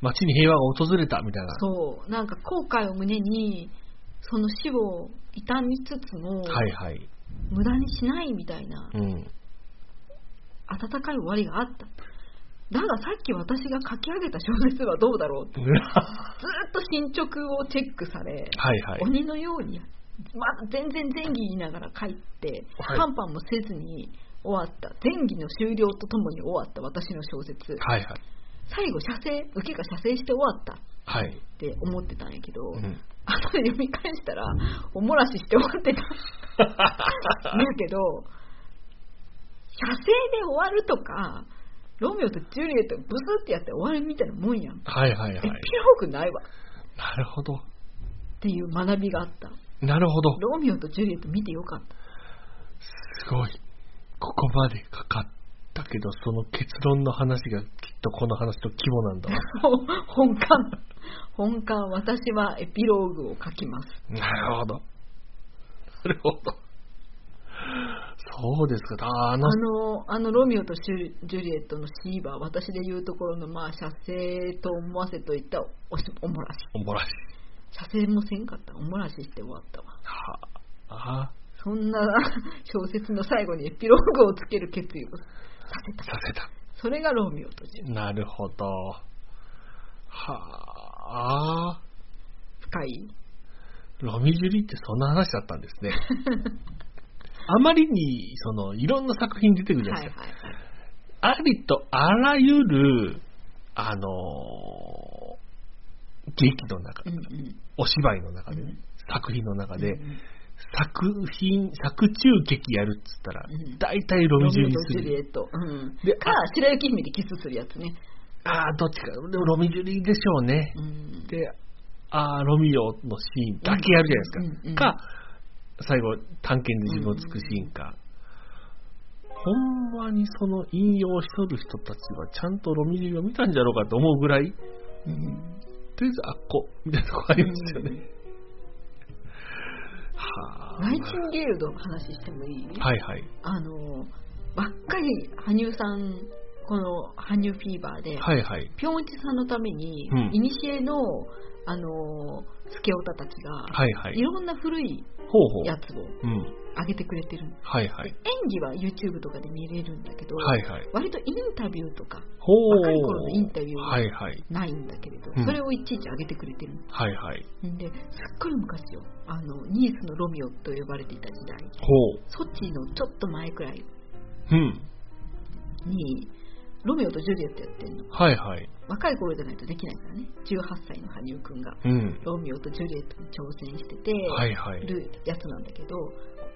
街に平和が訪れたみたいな。
そう、なんか後悔を胸に、その死を悼みつつも、
はいはい。
無駄にしないみたいな
う、ん。
温かい終わりがあった。だがさっき私が書き上げた小説はどうだろうって、
は
ずーっと進捗をチェックさ
い
れ、
はい。
鬼のように、まあ、全然前儀言いながら書いて、
はい
パンパンもせずに終わった、前儀の終了とともに終わった私の小説、
はいはい。
最後、射精、受けが射精して終わった。
はい。
って思ってたんやけど、
うん。
後で読み返したら、おもらしして終わって たんやけど、射精で終わるとか、ロミオとジュリエットがブスってやって終わるみたいなもんやん。
はいはいは
えピロ
い。
ーくないわ
なるほど。
っていう学びがあった。
なるほど。
ロミオとジュリエット見てよかった。
すごい。ここまでかかったけど、その結論の話がきっとこの話の規模なんだわ。
本館、本館、私はエピローグを書きます。
なるほど。なるほど。そうですか。ああ
あ
の、
の、あのロミオとシュジュリエットのシーバー、私で言うところの、まあ、射精と思わせといったおしおもらし。
おもらしい。
射精もせんかったらおもらしして終わったわ。
はあ。あ
そんな 小説の最後にエピローグをつける決意をさ
あ、
せた。
させた。
それがロミオとジュリエッ
なるほど。はあ。
ト。深い。
ロミジュリってそんな話だったんです ね。あまりに、その、いろんな作品出てくるじゃ
は
ない
い
ですか。
はい。
ありとあらゆる、あのー劇の中
う、んうん。
お芝居の中でね、
うん
作品の中で、
うんうん
作品、作中劇やるっつったら
う、ん
大体ロミ
ロ
ジュ
ミ
リ
オと
す
ジュリエ
る。
ット。うん。
で
か、白雪姫でキスするやつね。
ああ、どっちか、でもロミジュリでしょうね
う。ん。
で、ああ、ロミオのシーンだけやるじゃないですか。
うんうん
か、最後、探検で自分をつくシーンか。ほんまにその引用しとる人たちはちゃんとロミジュリを見たんじゃろうかと思うぐらい、
うん
とりあえずあっこみたいなとこありますよね。は
ナイチンゲールドの話してもいい
あ。はいはい。
あのばっかり羽生さんこの羽生フィーバーで、
はいはい。
ピョンイチさんのために、
うん
いにしえのあのー、つけおたたきが、
はいはい
い、。ろんな古い
ほうほう。
やつを
うん。
上げてくれてるの、
はいはい
で。演技は YouTube とかで見れるんだけど、
はいはい。
割とインタビューとか
ほう。
若い頃のインタビューは
はいはい。
ないんだけれど、
うん
それをいちいち上げてくれてるの
はいはい。
んですっごい昔よあのニースのロミオと呼ばれていた時代
ほう。
ソチのちょっと前くらい
うん。
にロミオとジュリエットやってんの
はいはい。
若い頃じゃないとできないからね18歳の羽生くんが
うん。
ロミオとジュリエットに挑戦してて
はいはい。
るやつなんだけど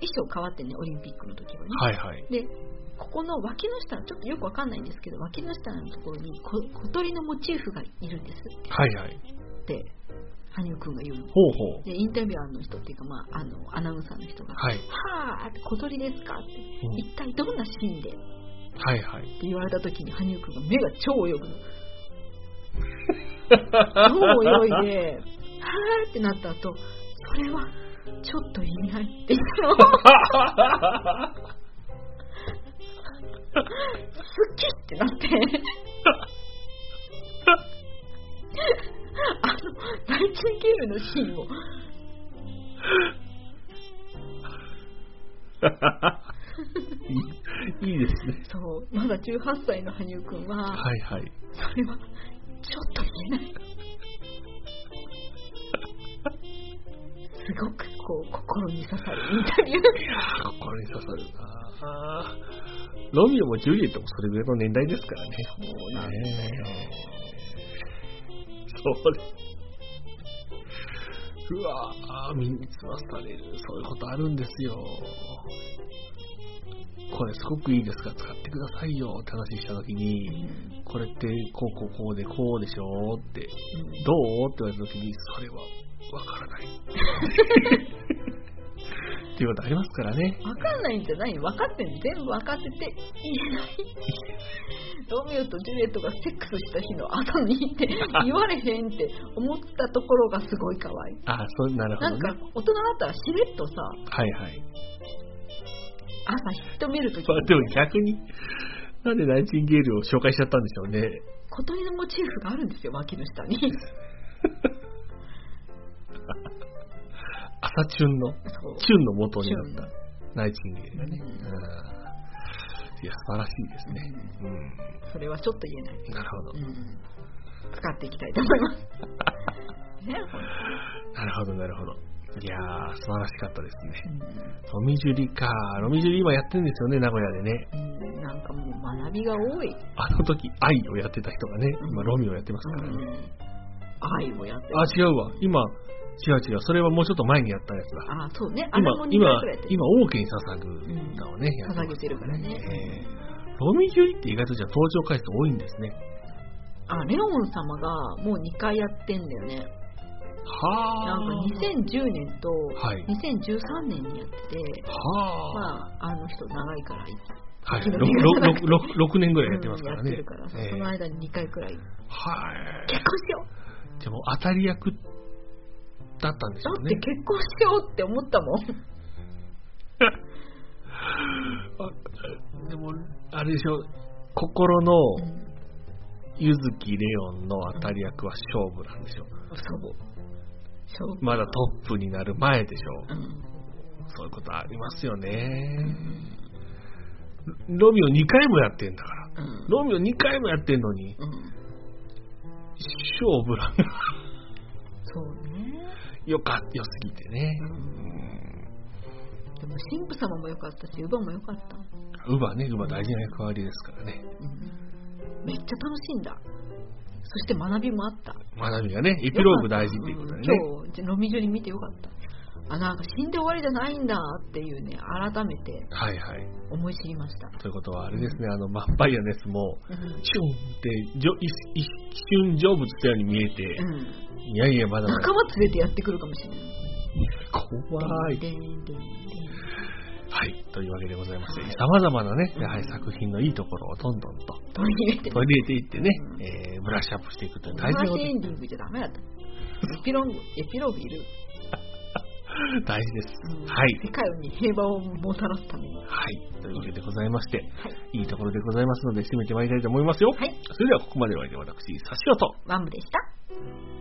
衣装変わってねオリンピックの時はね、
はいはい。
でここの脇の下ちょっとよくわかんないんですけど脇の下のところにこ小鳥のモチーフがいるんです
はいはい。
って羽生くんが言うの
ほうほう。
でインタビュアーの人っていうか、まあ、あのアナウンサーの人が「
はい。
はあ小鳥ですか?」って
うん
一体どんなシーンでって
はいはい。
言われた時に羽生くんが目が超泳ぐの超泳いで「はあ」ってなった後それはちょっと意味ないって言ったのすっきってなってあのナイチンゲールのシーンを
いいいですね。
そうまだ18歳の羽生くんは、
はいはい。
それはちょっと言えないすごくこう心に刺さるインタビュー
あ心に刺さるなあロミオもジュリエットもそれぐらいの年代ですからね。
そうなん
ねそうです。うわぁ、身につまされる。そういうことあるんですよ。これすごくいいですから使ってくださいよって話したときに、これってこうこうこうでこうでしょって、どうって言われた時に、それはわからない。っていうことありますからね。
分かんないんじゃない分かってんの全部分かってて言えないロミオとジュリエットがセックスした日の後にって言われへんって思ったところがすごい可愛い
あ、そう、なるほ
なん
ど
か
ね。
大人だったらしれっとさ
はいはい。
朝人見るとき
まあでも逆に、なんでナイチンゲールを紹介しちゃったんでしょうね。
小鳥のモチーフがあるんですよ脇の下に
朝チュンの、
そう
チュンの元になったナイチンゲールがね。
う
うんんいや、素晴らしいですね。う
それはちょっと言えない
ん。なるほど
う。ん使っていきたいと思 います。ね、
なるほど、なるほど。いやー、素晴らしかったですね。
う
ロミジュリか。ロミジュリ今やってるんですよね、名古屋でね。
ん、なんかもう学びが多い。
あの時、愛をやってた人がね、今ロミオやってますからね。
愛をやってる。
あ、違うわ。今、違う違う。それはもうちょっと前にやったやつだ。
あ、そうね。あれ
今
も、2
今
回くらいやっ、てる。
今、オーケーに捧ぐのをね、やってます
捧げてるからね。
えーロミジュリって意外とじゃあ登場回数多いんですね。
あ、レオン様がもう2回やってんだよね。
は
なんか2010年と
はい
2013年にやってて、
はあ、
まあ、あの人長いからいつ
はい
時々
ろろろろ6年ぐらいやってますから
うん
ね。
やってるからさ、
えー
その間に2回くらい。
はい。
結婚しよう
じゃあもう当たり役だったんでし
だ
ょう
っ
ね
て。結婚しようって思ったもん。
あでも、あれでしょ、心の
うん
柚木レオンの当たり役は勝負なんでしょ
そう。そう。
まだトップになる前でしょ
うん。
そういうことありますよね。ロミオ2回もやってんだから。
うん。
ロミオ2回もやってんのに、
うん。
勝負なんだ。
そうね。
よかった、良すぎてね。
でも、神父様も良かったし、乳母も良かった。
ウバね、ウバ大事な役割ですからね。
うん。めっちゃ楽しんだ。そして学びもあった。
学びがね、エピローグ大事っていうことでね。
ん今日、ロミジョリ見て良かった。あ、なんか死んで終わりじゃないんだっていうね、改めて
はいはい。
思い知りました。
ということは、あれですね、あの、マッパイアのやつも、
うん
チュンってじょ一一瞬成仏したように見えて、
うん。
いやいや、まだまだ
仲間連れてやってくるかもしれない。
怖い。
でんでんでんでん
はい、というわけでございまして、様々なね、やはり作品のいいところをどんどんと
取り入れて。
取り入れていってね
う、ん
えーブラッシュアップしていくという
同
大事なこ
じエンディングじゃダメだった。エピローグ、エピローグいる。
と、大事です。
うん
はい
世界に平和をもたらすために。は
はい、というわけでございまして、
い。
いいところでございますので、締めてまいりたいと思いますよ。
はい。
それではここまでお相手は私、サシオと。
ワンムでした。